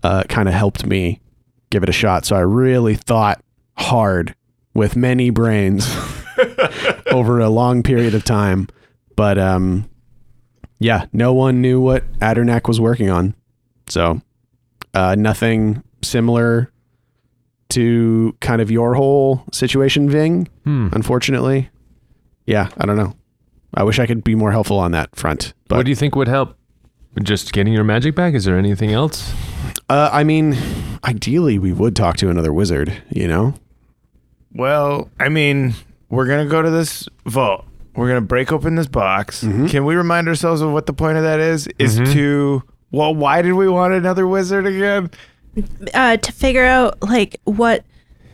[SPEAKER 2] uh, kind of helped me give it a shot. So I really thought hard with many brains over a long period of time. But um, yeah, no one knew what Adarnak was working on. So uh, nothing similar to kind of your whole situation, Ving,
[SPEAKER 3] Hmm.
[SPEAKER 2] unfortunately. Yeah, I don't know. I wish I could be more helpful on that front. But
[SPEAKER 3] what do you think would help? Just getting your magic back? Is there anything else?
[SPEAKER 2] Uh, I mean, ideally, we would talk to another wizard. You know,
[SPEAKER 1] Well, I mean, we're gonna go to this vault. We're gonna break open this box. Can we remind ourselves of what the point of that is? Is to well, why did we want another wizard again?
[SPEAKER 5] uh, to figure out like what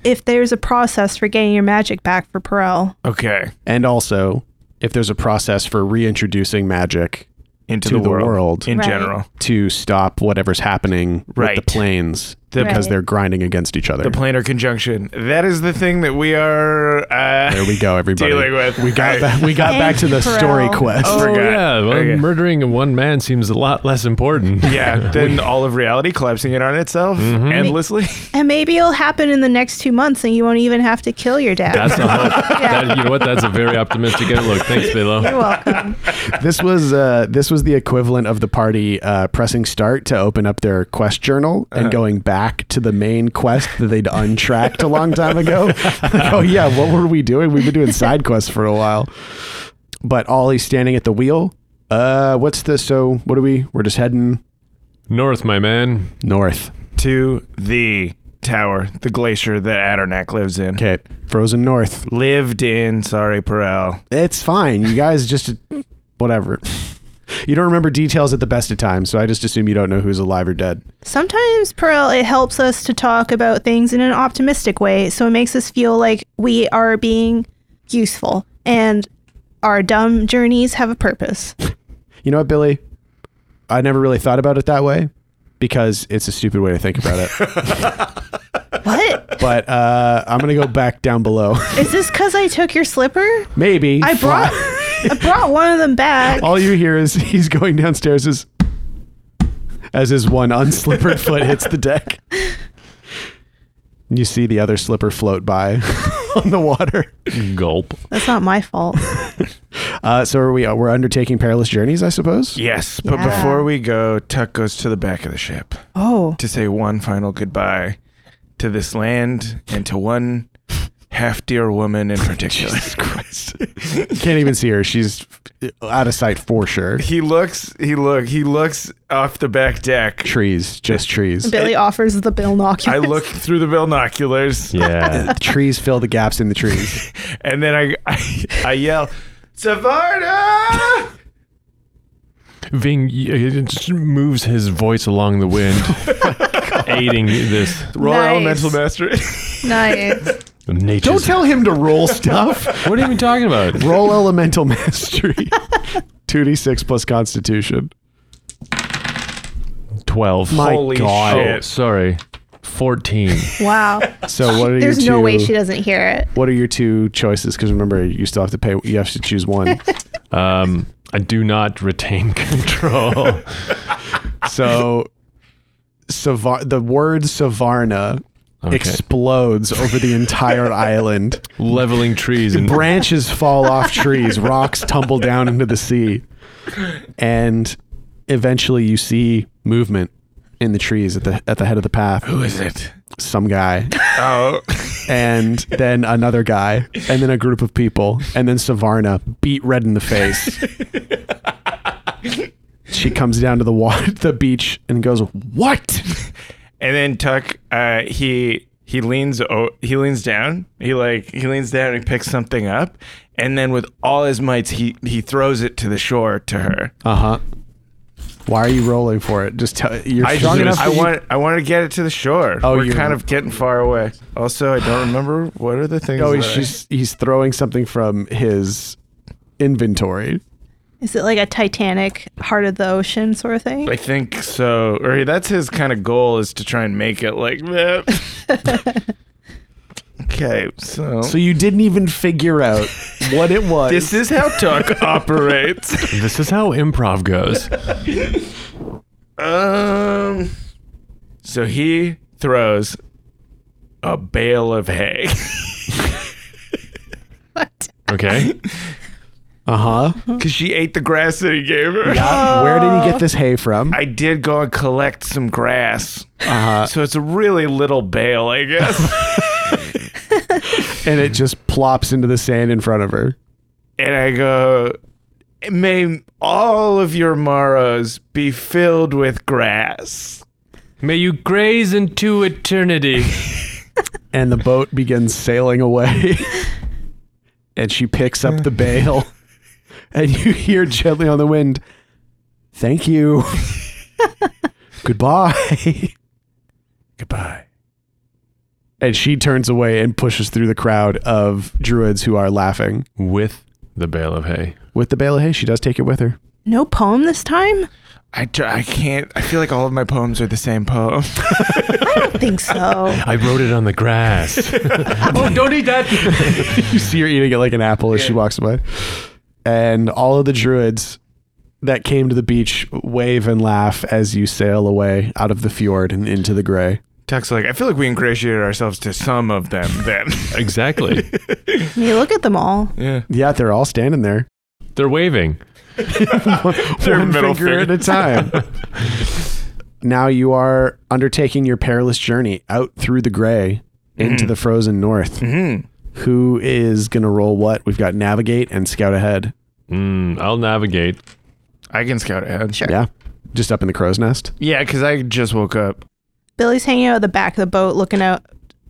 [SPEAKER 5] if there's a process for getting your magic back for Perel.
[SPEAKER 1] Okay,
[SPEAKER 2] and also if there's a process for reintroducing magic
[SPEAKER 1] into
[SPEAKER 2] To
[SPEAKER 1] the,
[SPEAKER 2] the
[SPEAKER 1] world,
[SPEAKER 2] world.
[SPEAKER 1] in
[SPEAKER 5] Right.
[SPEAKER 1] general.
[SPEAKER 2] to stop whatever's happening
[SPEAKER 1] Right.
[SPEAKER 2] with the planes
[SPEAKER 1] The-
[SPEAKER 2] because
[SPEAKER 5] Right.
[SPEAKER 2] they're grinding against each other.
[SPEAKER 1] The planar conjunction. That is the thing that we are. Uh,
[SPEAKER 2] there we go, everybody.
[SPEAKER 1] Dealing with.
[SPEAKER 2] We got
[SPEAKER 1] Right.
[SPEAKER 2] that. We got
[SPEAKER 5] Thank
[SPEAKER 2] back to the
[SPEAKER 5] you,
[SPEAKER 2] story
[SPEAKER 5] Pharrell.
[SPEAKER 2] quest.
[SPEAKER 1] Oh, Forgot.
[SPEAKER 3] yeah. Well,
[SPEAKER 1] Okay.
[SPEAKER 3] murdering one man seems a lot less important.
[SPEAKER 1] Yeah, then all of reality collapsing in on itself endlessly.
[SPEAKER 5] And maybe it'll happen in the next two months and you won't even have to kill your dad.
[SPEAKER 3] That's a hope.
[SPEAKER 5] Yeah.
[SPEAKER 3] That- you know what? That's a very optimistic outlook. Thanks,
[SPEAKER 5] You're
[SPEAKER 3] Bilo.
[SPEAKER 5] welcome.
[SPEAKER 2] This was uh, this was the equivalent of the party uh, pressing start to open up their quest journal
[SPEAKER 1] Uh-huh.
[SPEAKER 2] and going back to the main quest that they'd untracked a long time ago. Like, oh yeah, what were we doing? We've been doing side quests for a while. But Ollie's standing at the wheel. Uh, what's the so? What are we? We're just heading
[SPEAKER 3] North, my man.
[SPEAKER 2] north.
[SPEAKER 1] to the tower, the glacier that Adarnak lives in.
[SPEAKER 2] Okay, frozen north.
[SPEAKER 1] Lived in, sorry, Perel.
[SPEAKER 2] It's fine. You guys just whatever. You don't remember details at the best of times, so I just assume you don't know who's alive or dead.
[SPEAKER 5] Sometimes, Perel, it helps us to talk about things in an optimistic way. So it makes us feel like we are being useful and our dumb journeys have a purpose.
[SPEAKER 2] You know what, Billy? I never really thought about it that way because it's a stupid way to think about it.
[SPEAKER 5] What?
[SPEAKER 2] but uh, I'm going to go back down below.
[SPEAKER 5] Is this because I took your slipper?
[SPEAKER 2] Maybe.
[SPEAKER 5] I brought, I brought one of them back.
[SPEAKER 2] All you hear is he's going downstairs as, as his one unslippered foot hits the deck. You see the other slipper float by on the water.
[SPEAKER 3] Gulp.
[SPEAKER 5] That's not my fault.
[SPEAKER 2] Uh, so are we uh, we're undertaking perilous journeys, I suppose.
[SPEAKER 1] Yes, but
[SPEAKER 5] Yeah.
[SPEAKER 1] before we go, Tuck goes to the back of the ship
[SPEAKER 5] Oh.
[SPEAKER 1] to say one final goodbye to this land and to one half dear woman in particular.
[SPEAKER 2] Can't even see her. She's out of sight for sure.
[SPEAKER 1] he looks, he look, he looks off the back deck.
[SPEAKER 2] Trees, just trees.
[SPEAKER 5] Billy offers the binoculars.
[SPEAKER 1] I look through the binoculars.
[SPEAKER 3] Yeah.
[SPEAKER 2] trees fill the gaps in the trees.
[SPEAKER 1] And then I, I, I yell, Savarna!
[SPEAKER 3] Ving y- uh, just moves his voice along the wind, aiding this.
[SPEAKER 1] Roll
[SPEAKER 5] Nice.
[SPEAKER 1] Elemental Mastery.
[SPEAKER 5] Nice.
[SPEAKER 3] Nature's
[SPEAKER 2] Don't tell him to roll stuff.
[SPEAKER 3] What are you even talking about?
[SPEAKER 2] roll elemental mastery. 2d6 plus constitution.
[SPEAKER 3] 12.
[SPEAKER 2] My
[SPEAKER 1] Holy
[SPEAKER 2] God.
[SPEAKER 3] Oh,
[SPEAKER 1] shit.
[SPEAKER 3] sorry. 14.
[SPEAKER 5] Wow.
[SPEAKER 2] So what are
[SPEAKER 5] There's
[SPEAKER 2] your two,
[SPEAKER 5] no way she doesn't hear it.
[SPEAKER 2] What are your two choices? Because remember, you still have to pay. You have to choose one.
[SPEAKER 3] Um, I do not retain control.
[SPEAKER 2] so, Savar- the word Savarna
[SPEAKER 3] Okay.
[SPEAKER 2] explodes over the entire island.
[SPEAKER 3] Leveling trees and
[SPEAKER 2] branches fall off trees, rocks tumble down into the sea, and eventually you see movement in the trees at the at the head of the path. Who is
[SPEAKER 1] it?
[SPEAKER 2] Some guy,
[SPEAKER 1] Oh.
[SPEAKER 2] and then another guy, and then a group of people, and then Savarna beat red in the face. she comes down to the water, the beach, and goes, "What?"
[SPEAKER 1] And then Tuck, uh, he he leans o- he leans down. He like he leans down and picks something up, and then with all his mights, he he throws it to the shore to her.
[SPEAKER 2] Uh huh. Why are you rolling for it? Just tell you're
[SPEAKER 1] I
[SPEAKER 2] strong
[SPEAKER 1] just-
[SPEAKER 2] enough.
[SPEAKER 1] I
[SPEAKER 2] that you-
[SPEAKER 1] want I want to get it to the shore.
[SPEAKER 2] Oh,
[SPEAKER 1] we're
[SPEAKER 2] you're-
[SPEAKER 1] kind of getting far away. Also, I don't remember what are the things.
[SPEAKER 2] Oh,
[SPEAKER 1] that
[SPEAKER 2] he's just, he's throwing something from his inventory.
[SPEAKER 5] Is it like a Titanic heart of the ocean sort of thing?
[SPEAKER 1] I, I think so. Or that's his kind of goal is to try and make it like that. okay, so.
[SPEAKER 2] So you didn't even figure out what it was.
[SPEAKER 1] this is how Tuck operates.
[SPEAKER 3] this is how improv goes.
[SPEAKER 1] Um. So he throws a bale of hay.
[SPEAKER 3] Okay.
[SPEAKER 2] uh huh.
[SPEAKER 1] Because she ate the grass that he gave her.
[SPEAKER 2] Where did he get this hay from? Uh-huh.
[SPEAKER 1] I did go and collect some grass. So it's a really little bale, I guess.
[SPEAKER 2] and it just plops into the sand in front of her.
[SPEAKER 1] and I go, May all of your morrows be filled with grass.
[SPEAKER 3] May you graze into eternity.
[SPEAKER 2] and the boat begins sailing away. and she picks up the bale, and you hear gently on the wind, "Thank you, goodbye."
[SPEAKER 1] Goodbye.
[SPEAKER 2] And she turns away and pushes through the crowd of druids who are laughing
[SPEAKER 3] With the bale of hay.
[SPEAKER 2] with the bale of hay. She does take it with her.
[SPEAKER 5] No poem this time?
[SPEAKER 1] I, tr- I can't. I feel like all of my poems are the same poem.
[SPEAKER 5] I don't think so.
[SPEAKER 3] I wrote it on the grass. oh, don't eat that.
[SPEAKER 2] you see her eating it like an apple as she walks by. And all of the druids that came to the beach wave and laugh as you sail away out of the fjord and into the gray.
[SPEAKER 1] Tuck's like, I feel like we ingratiated ourselves to some of them then.
[SPEAKER 3] Exactly.
[SPEAKER 5] I mean, look at them all.
[SPEAKER 1] yeah.
[SPEAKER 2] Yeah, they're all standing there.
[SPEAKER 3] They're waving.
[SPEAKER 1] Their
[SPEAKER 2] one
[SPEAKER 1] middle
[SPEAKER 2] finger at
[SPEAKER 1] finger.
[SPEAKER 2] a time. now you are undertaking your perilous journey out through the gray into
[SPEAKER 3] Mm-hmm.
[SPEAKER 2] the frozen north.
[SPEAKER 1] Mm.
[SPEAKER 2] Who is going to roll what? We've got navigate and scout ahead.
[SPEAKER 3] Mm, I'll navigate.
[SPEAKER 1] I can scout ahead.
[SPEAKER 5] Sure.
[SPEAKER 2] Yeah. Just up in the crow's nest.
[SPEAKER 1] Yeah, because I just woke up.
[SPEAKER 5] Billy's hanging out at the back of the boat looking out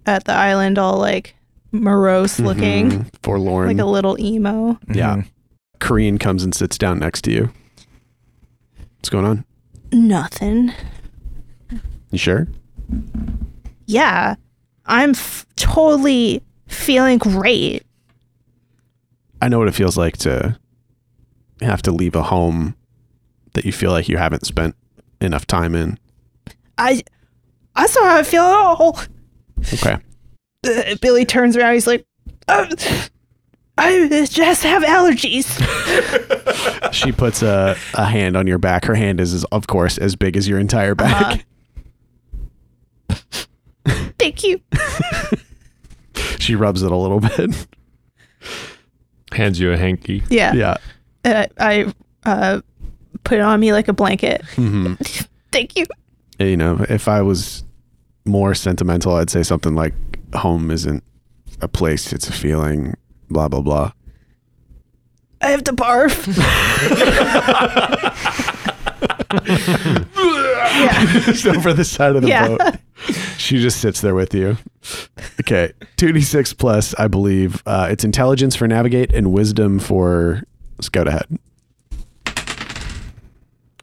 [SPEAKER 5] at the island all like morose looking,
[SPEAKER 2] Mhm. Forlorn.
[SPEAKER 5] like a little emo.
[SPEAKER 2] Yeah. Kareen comes and sits down next to you. What's going on?
[SPEAKER 5] Nothing.
[SPEAKER 2] You sure?
[SPEAKER 5] Yeah. I'm f- totally feeling great.
[SPEAKER 2] I know what it feels like to have to leave a home that you feel like you haven't spent enough time in.
[SPEAKER 5] I that's not how I feel at all.
[SPEAKER 2] Okay.
[SPEAKER 5] Uh, Billy turns around. He's like, "Um, I just have allergies.
[SPEAKER 2] she puts a, a hand on your back. Her hand is, is, of course, as big as your entire back.
[SPEAKER 5] Uh-huh. Thank you.
[SPEAKER 2] She rubs it a little bit.
[SPEAKER 3] Hands you a hanky.
[SPEAKER 5] Yeah.
[SPEAKER 2] yeah.
[SPEAKER 5] Uh, I uh, put it on me like a blanket.
[SPEAKER 2] hmm
[SPEAKER 5] Thank you.
[SPEAKER 2] You know, if I was more sentimental, I'd say something like home isn't a place, it's a feeling, blah, blah, blah.
[SPEAKER 5] I have to barf. yeah.
[SPEAKER 2] just over the side of the
[SPEAKER 5] Yeah.
[SPEAKER 2] boat. She just sits there with you. Okay, two d six plus, I believe. Uh, it's intelligence for navigate and wisdom for scout ahead.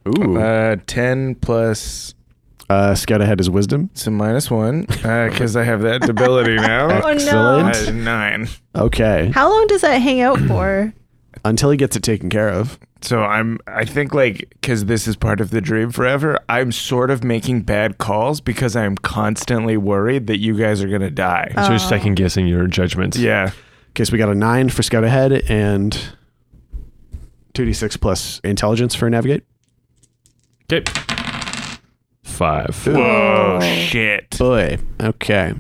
[SPEAKER 2] Ooh, uh,
[SPEAKER 1] Uh, 10 plus
[SPEAKER 2] scout ahead is wisdom.
[SPEAKER 1] some minus one because I have that ability now.
[SPEAKER 5] Oh no.
[SPEAKER 2] Excellent.
[SPEAKER 1] Uh, nine.
[SPEAKER 2] Okay,
[SPEAKER 5] How long does that hang out for?
[SPEAKER 2] until he gets it taken care of.
[SPEAKER 1] So I'm, I think like, because this is part of the dream forever, I'm sort of making bad calls because I'm constantly worried that you guys are going to die.
[SPEAKER 3] So you're second guessing your judgments.
[SPEAKER 1] yeah.
[SPEAKER 2] Okay, so we got a nine for scout ahead and two d six plus intelligence for navigate.
[SPEAKER 3] Okay. Five.
[SPEAKER 1] Whoa, Oh, shit.
[SPEAKER 2] Boy, okay.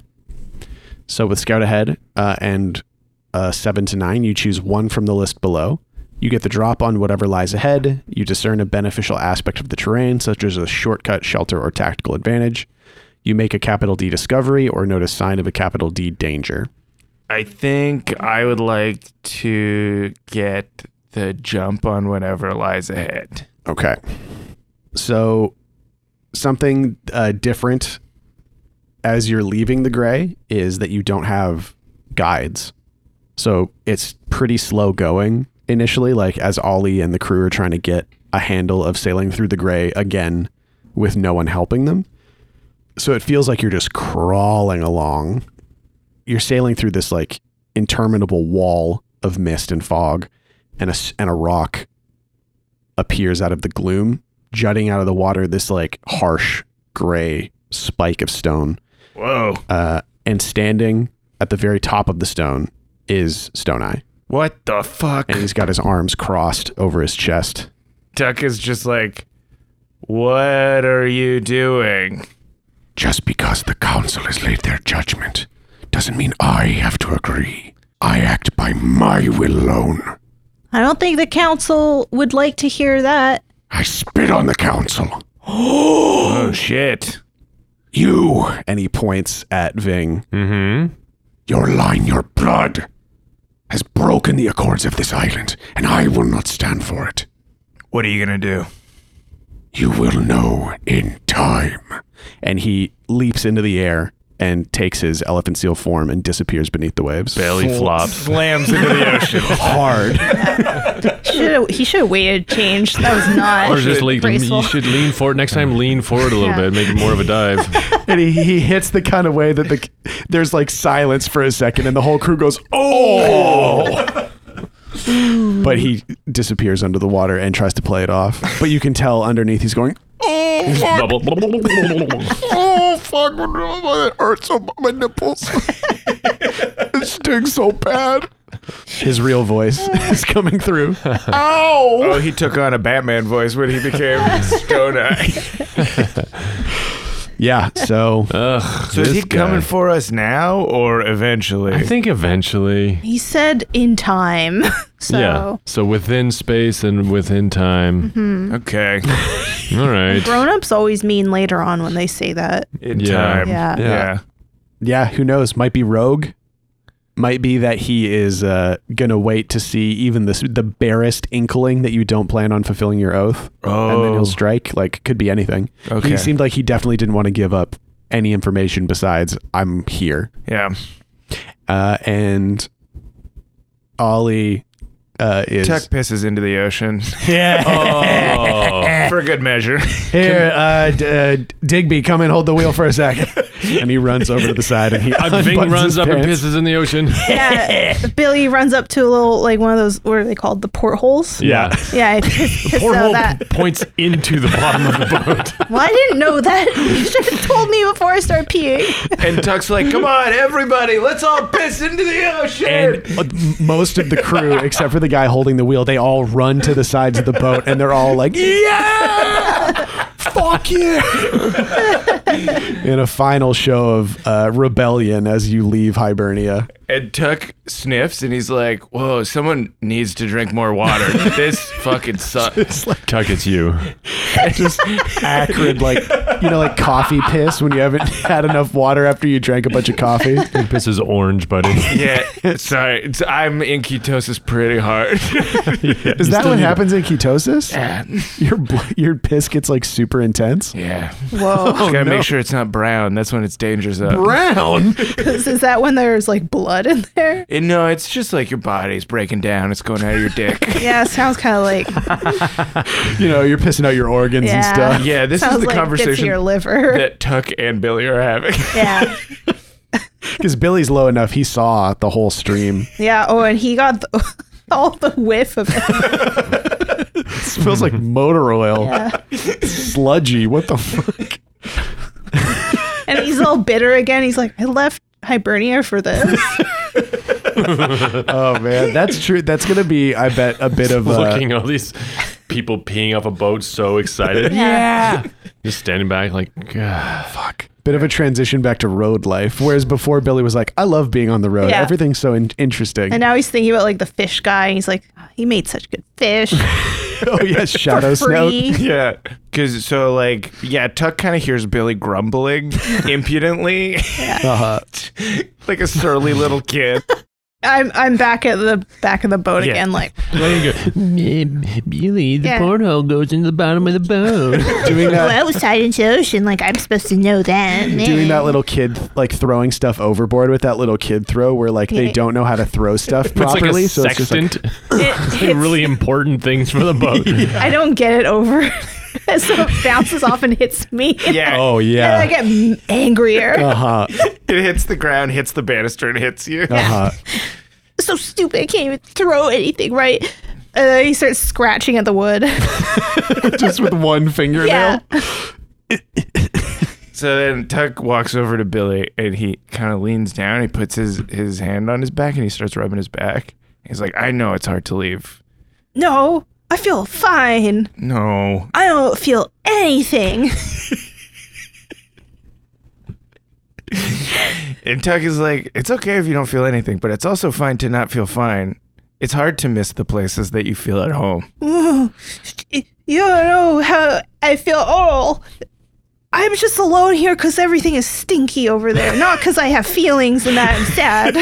[SPEAKER 2] So with scout ahead uh, and uh, seven to nine, you choose one from the list below. You get the drop on whatever lies ahead. You discern a beneficial aspect of the terrain, such as a shortcut, shelter, or tactical advantage. You make a capital D discovery or notice sign of a capital D danger.
[SPEAKER 1] I think I would like to get the jump on whatever lies ahead.
[SPEAKER 2] Okay. So something uh, different as you're leaving the gray is that you don't have guides. So it's pretty slow going initially, like as Ollie and the crew are trying to get a handle of sailing through the gray again with no one helping them. So it feels like you're just crawling along. You're sailing through this like interminable wall of mist and fog, and a, s- and a rock appears out of the gloom, jutting out of the water this like harsh gray spike of stone.
[SPEAKER 1] Whoa.
[SPEAKER 2] Uh, and standing at the very top of the stone is Stone Eye.
[SPEAKER 1] What the fuck?
[SPEAKER 2] And he's got his arms crossed over his chest.
[SPEAKER 1] Tuck is just like, what are you doing?
[SPEAKER 2] Just because the council has laid their judgment doesn't mean I have to agree. I act by my will alone.
[SPEAKER 5] I don't think the council would like to hear that.
[SPEAKER 2] I spit on the council.
[SPEAKER 1] Oh shit.
[SPEAKER 2] You! And he points at Ving.
[SPEAKER 3] Mm-hmm.
[SPEAKER 2] Your line, your blood has broken the accords of this island, and I will not stand for it.
[SPEAKER 1] What are you gonna do?
[SPEAKER 2] You will know in time. And he leaps into the air and takes his elephant seal form and disappears beneath the waves.
[SPEAKER 3] Belly flops.
[SPEAKER 1] Slams into the ocean.
[SPEAKER 2] Hard.
[SPEAKER 5] Should've, he should have waited. Changed. That was not.
[SPEAKER 3] Or just lean.
[SPEAKER 5] graceful.
[SPEAKER 3] You should lean forward. Next time, lean forward a little
[SPEAKER 5] Yeah.
[SPEAKER 3] bit. Make it more of a dive.
[SPEAKER 2] and he, he hits the kind of way that the there's like silence for a second and the whole crew goes oh but he disappears under the water and tries to play it off but you can tell underneath he's going oh fuck,
[SPEAKER 3] Bubble.
[SPEAKER 2] oh fuck it hurts so my nipples it stings so bad his real voice is coming through
[SPEAKER 1] Oh, he took on a Batman voice when he became Stone Eye.
[SPEAKER 2] yeah so
[SPEAKER 3] Ugh.
[SPEAKER 1] So is
[SPEAKER 3] this
[SPEAKER 1] he
[SPEAKER 3] guy.
[SPEAKER 1] coming for us now or eventually?
[SPEAKER 3] I think eventually.
[SPEAKER 5] He said in time. So
[SPEAKER 3] Yeah. So within space and within time.
[SPEAKER 1] okay.
[SPEAKER 5] Mm-hmm.
[SPEAKER 3] All right.
[SPEAKER 5] grown-ups always mean later on when they say that.
[SPEAKER 1] In
[SPEAKER 3] Yeah.
[SPEAKER 1] time.
[SPEAKER 5] Yeah.
[SPEAKER 1] Yeah.
[SPEAKER 2] yeah, who knows? Might be rogue. Might be that he is uh, gonna wait to see even this the barest inkling that you don't plan on fulfilling your oath, and then
[SPEAKER 1] Oh.
[SPEAKER 2] he'll strike. Like could be anything.
[SPEAKER 1] Okay.
[SPEAKER 2] He seemed like he definitely didn't want to give up any information besides I'm here.
[SPEAKER 1] yeah.
[SPEAKER 2] Uh, and Ollie uh, is
[SPEAKER 1] Tuck pisses into the ocean. for good measure.
[SPEAKER 2] here. Uh, d- uh, Digby, come and hold the wheel for a second. and he runs over to the side and he
[SPEAKER 3] Ving
[SPEAKER 2] unbuttons
[SPEAKER 3] runs
[SPEAKER 2] his
[SPEAKER 3] up and
[SPEAKER 2] pants.
[SPEAKER 3] pisses in the ocean.
[SPEAKER 5] Yeah. Billy runs up to a little like one of those what are they called? The portholes.
[SPEAKER 3] Yeah.
[SPEAKER 5] Yeah, I pissed, pissed out
[SPEAKER 3] Porthole
[SPEAKER 5] that.
[SPEAKER 3] points into the bottom of the boat.
[SPEAKER 5] Well, I didn't know that. You should have told me before I start peeing.
[SPEAKER 1] And Tuck's like, come on, everybody, let's all piss into the ocean.
[SPEAKER 2] and uh, most of the crew, except for the guy holding the wheel, they all run to the sides of the boat and they're all like, "Yeah, fuck you!" In a final show of uh, rebellion as you leave Hibernia.
[SPEAKER 1] And Tuck sniffs and he's like, whoa, someone needs to drink more water. this fucking sucks.
[SPEAKER 2] It's like
[SPEAKER 3] Tuck, it's you.
[SPEAKER 2] just acrid, like you know, like coffee piss when you haven't had enough water after you drank a bunch of coffee.
[SPEAKER 3] This is orange, buddy.
[SPEAKER 1] Yeah, sorry. It's- I'm in ketosis pretty hard.
[SPEAKER 2] Is that
[SPEAKER 3] still
[SPEAKER 2] what
[SPEAKER 3] need-
[SPEAKER 2] happens in ketosis? Your bl- your piss gets like super intense.
[SPEAKER 1] yeah.
[SPEAKER 5] Whoa.
[SPEAKER 1] Gotta
[SPEAKER 2] Oh, no.
[SPEAKER 1] make sure it's not brown. That's when it's dangerous up.
[SPEAKER 2] Brown.
[SPEAKER 5] Is that when there's like blood in there?
[SPEAKER 1] And no, it's just like your body's breaking down. It's going out of your dick.
[SPEAKER 5] Yeah, sounds kind of like
[SPEAKER 2] You know, you're pissing out your organs and
[SPEAKER 5] Yeah.
[SPEAKER 2] stuff.
[SPEAKER 1] yeah, this
[SPEAKER 5] sounds
[SPEAKER 1] is the
[SPEAKER 5] like gets to your
[SPEAKER 1] conversation
[SPEAKER 5] liver.
[SPEAKER 1] that Tuck and Billy are having.
[SPEAKER 5] yeah,
[SPEAKER 2] Because Billy's low enough, he saw the whole stream.
[SPEAKER 5] yeah. Oh, and he got the, all the whiff of it.
[SPEAKER 2] It smells like motor oil,
[SPEAKER 5] Yeah.
[SPEAKER 2] sludgy. What the fuck?
[SPEAKER 5] and he's all bitter again. He's like, I left Hibernia for this.
[SPEAKER 2] Oh man, that's true. That's gonna be, I bet, a bit of uh, a
[SPEAKER 3] Looking all these people peeing off a boat, so excited.
[SPEAKER 5] Yeah.
[SPEAKER 3] Just standing back, like, "Gah."
[SPEAKER 2] fuck, bit of a transition back to road life. Whereas before, Billy was like, "I love being on the road.
[SPEAKER 5] Yeah.
[SPEAKER 2] Everything's so in- interesting."
[SPEAKER 5] And now he's thinking about like the fish guy. And he's like, "Ah, he made such good fish
[SPEAKER 2] oh yes, shadow
[SPEAKER 5] for
[SPEAKER 2] snow.
[SPEAKER 5] free.
[SPEAKER 1] Yeah, because so like yeah, Tuck kind of hears Billy grumbling impudently,
[SPEAKER 2] Uh-huh.
[SPEAKER 1] like a surly little kid.
[SPEAKER 5] I'm I'm back at the back of the boat again. Like,
[SPEAKER 6] Billy, the
[SPEAKER 5] Yeah.
[SPEAKER 6] porthole goes into the bottom of the boat.
[SPEAKER 2] Doing that,
[SPEAKER 5] well, side into the ocean. Like I'm supposed to know that.
[SPEAKER 2] doing that little kid like throwing stuff overboard with that little kid throw, where like they
[SPEAKER 5] Yeah.
[SPEAKER 2] don't know how to throw stuff
[SPEAKER 3] it's like
[SPEAKER 2] properly.
[SPEAKER 3] a
[SPEAKER 2] so it's just like,
[SPEAKER 3] sextant.
[SPEAKER 5] It-
[SPEAKER 3] Like, really important things for the boat.
[SPEAKER 5] I don't get it over. so it bounces off and hits me.
[SPEAKER 1] Yeah,
[SPEAKER 2] oh
[SPEAKER 5] And I
[SPEAKER 2] yeah,
[SPEAKER 5] get m- angrier.
[SPEAKER 2] uh huh,
[SPEAKER 1] it hits the ground, hits the banister, and hits you.
[SPEAKER 2] uh huh.
[SPEAKER 5] So stupid. I can't even throw anything right. And then he starts scratching at the wood.
[SPEAKER 2] just with one fingernail.
[SPEAKER 5] yeah.
[SPEAKER 1] So then Tuck walks over to Billy, and he kind of leans down. He puts his his hand on his back, and he starts rubbing his back. He's like, "I know it's hard to leave."
[SPEAKER 5] No, I feel fine.
[SPEAKER 1] No,
[SPEAKER 5] I don't feel anything.
[SPEAKER 1] and Tuck is like, "It's okay if you don't feel anything, but it's also fine to not feel fine. It's hard to miss the places that you feel at home."
[SPEAKER 5] You don't know how I feel all. I'm just alone here because everything is stinky over there, not because I have feelings and that I'm sad.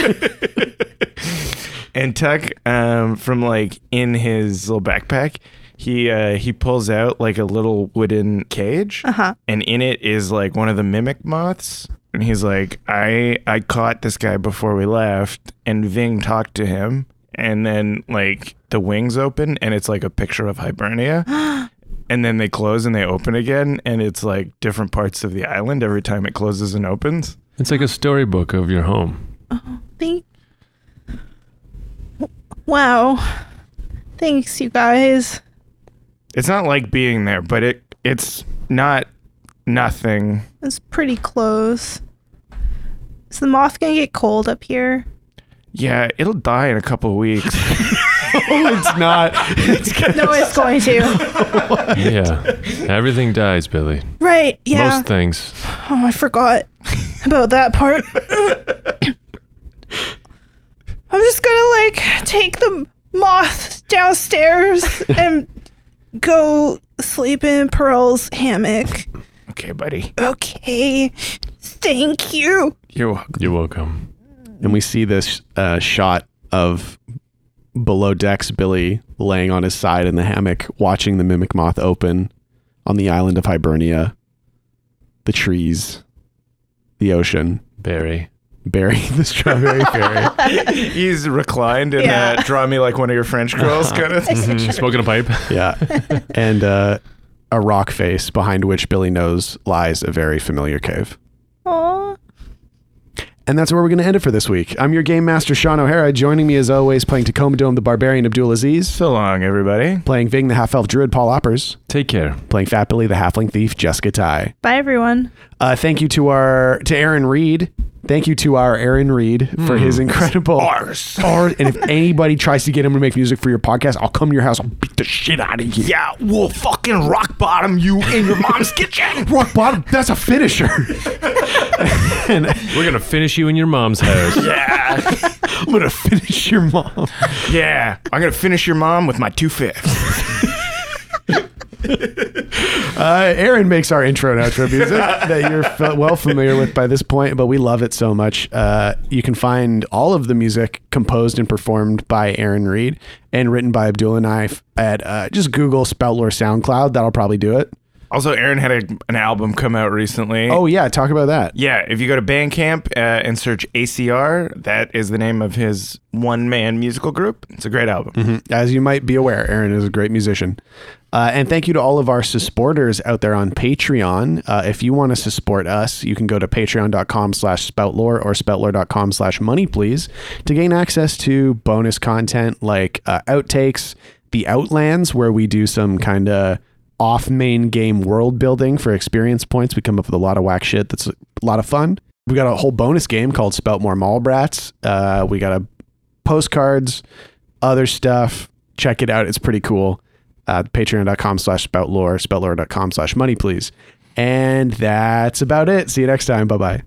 [SPEAKER 1] And Tuck, um, from like in his little backpack, he uh, he pulls out like a little wooden cage,
[SPEAKER 5] Uh-huh.
[SPEAKER 1] and in it is like one of the mimic moths. And he's like, I I caught this guy before we left, and Ving talked to him, and then like the wings open, and it's like a picture of Hibernia. And then they close and they open again, and it's like different parts of the island every time it closes and opens.
[SPEAKER 3] It's like a storybook of your home.
[SPEAKER 5] Thank- wow. Thanks, you guys.
[SPEAKER 1] It's not like being there, but it it's not nothing.
[SPEAKER 5] It's pretty close. Is the moth gonna get cold up here?
[SPEAKER 1] Yeah, it'll die in a couple of weeks.
[SPEAKER 2] Oh, it's not. It's
[SPEAKER 5] No, it's going to.
[SPEAKER 3] Yeah. Everything dies, Billy.
[SPEAKER 5] Right? Yeah.
[SPEAKER 3] Most things.
[SPEAKER 5] Oh, I forgot about that part. I'm just gonna like take the moth downstairs and go sleep in Pearl's hammock.
[SPEAKER 1] okay, buddy.
[SPEAKER 5] Okay. Thank you.
[SPEAKER 1] You're welcome.
[SPEAKER 3] You're welcome.
[SPEAKER 2] and we see this uh, shot of below decks Billy laying on his side in the hammock, watching the mimic moth open on the island of Hibernia, the trees, the ocean,
[SPEAKER 3] Barry.
[SPEAKER 2] Barry the strawberry berry.
[SPEAKER 1] He's reclined in
[SPEAKER 5] Yeah.
[SPEAKER 1] that draw me like one of your French
[SPEAKER 2] Uh-huh.
[SPEAKER 1] girls kind of thing.
[SPEAKER 3] Mm-hmm. Smoking a pipe.
[SPEAKER 2] yeah, and uh, a rock face behind which Billy knows lies a very familiar cave.
[SPEAKER 5] Aw.
[SPEAKER 2] And that's where we're going to end it for this week. I'm your game master, Sean O'Hara. Joining me, as always, playing Tacoma Dome, the barbarian Abdul Aziz,
[SPEAKER 1] So long, everybody.
[SPEAKER 2] playing Ving, the half elf druid, Paul Oppers,
[SPEAKER 3] Take care.
[SPEAKER 2] playing Fat Billy, the halfling thief, Jessica Ty.
[SPEAKER 5] Bye, everyone.
[SPEAKER 2] Uh, thank you to our to Aaron Reed. Thank you to our Aaron Reed for his incredible Ars. And if anybody tries to get him to make music for your podcast, I'll come to your house. I'll beat the shit out of you. Yeah, we'll fucking rock bottom you in your mom's kitchen. Rock bottom. That's a finisher. and
[SPEAKER 3] We're going to finish you in your mom's house.
[SPEAKER 2] I'm gonna finish your mom.
[SPEAKER 1] Yeah. I'm going to finish your mom with my two fifths.
[SPEAKER 2] Uh, Aaron makes our intro and outro music that you're f- well familiar with by this point, but we love it so much. Uh, you can find all of the music composed and performed by Aaron Reed and written by Abdul and I f- at uh, just Google Spoutlore SoundCloud. That'll probably do it.
[SPEAKER 1] Also, Aaron had a, an album come out recently.
[SPEAKER 2] Oh yeah, talk about that.
[SPEAKER 1] Yeah, if you go to Bandcamp uh, and search ACR, that is the name of his one man musical group. It's a great album.
[SPEAKER 2] As you might be aware, Aaron is a great musician. Uh, and thank you to all of our supporters out there on Patreon. Uh, if you want to support us, you can go to patreon.com slash spoutlore or spoutlore.com slash money, please, to gain access to bonus content like uh, outtakes, the Outlands, where we do some kind of off main game world building for experience points. We come up with a lot of whack shit that's a lot of fun. We got a whole bonus game called Spoutmore Mallbrats. Uh, we got a postcards, other stuff. Check it out. It's pretty cool. Uh, Patreon.com slash spoutlore, spoutlore.com slash money, please. And that's about it. See you next time. Bye bye.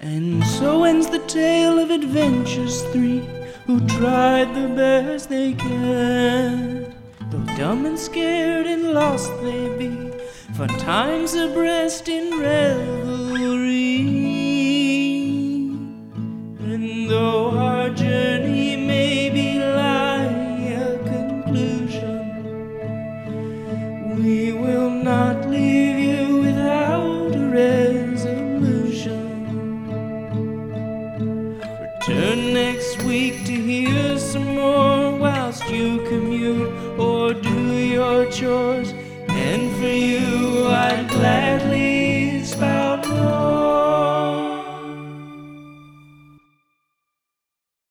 [SPEAKER 4] And so ends the tale of adventures three who tried the best they can. Though dumb and scared and lost they be, for time's abreast in revelry. And though our journey maybe lie a conclusion, we will not leave you without a resolution. Return next week to hear some more whilst you commute or do your chores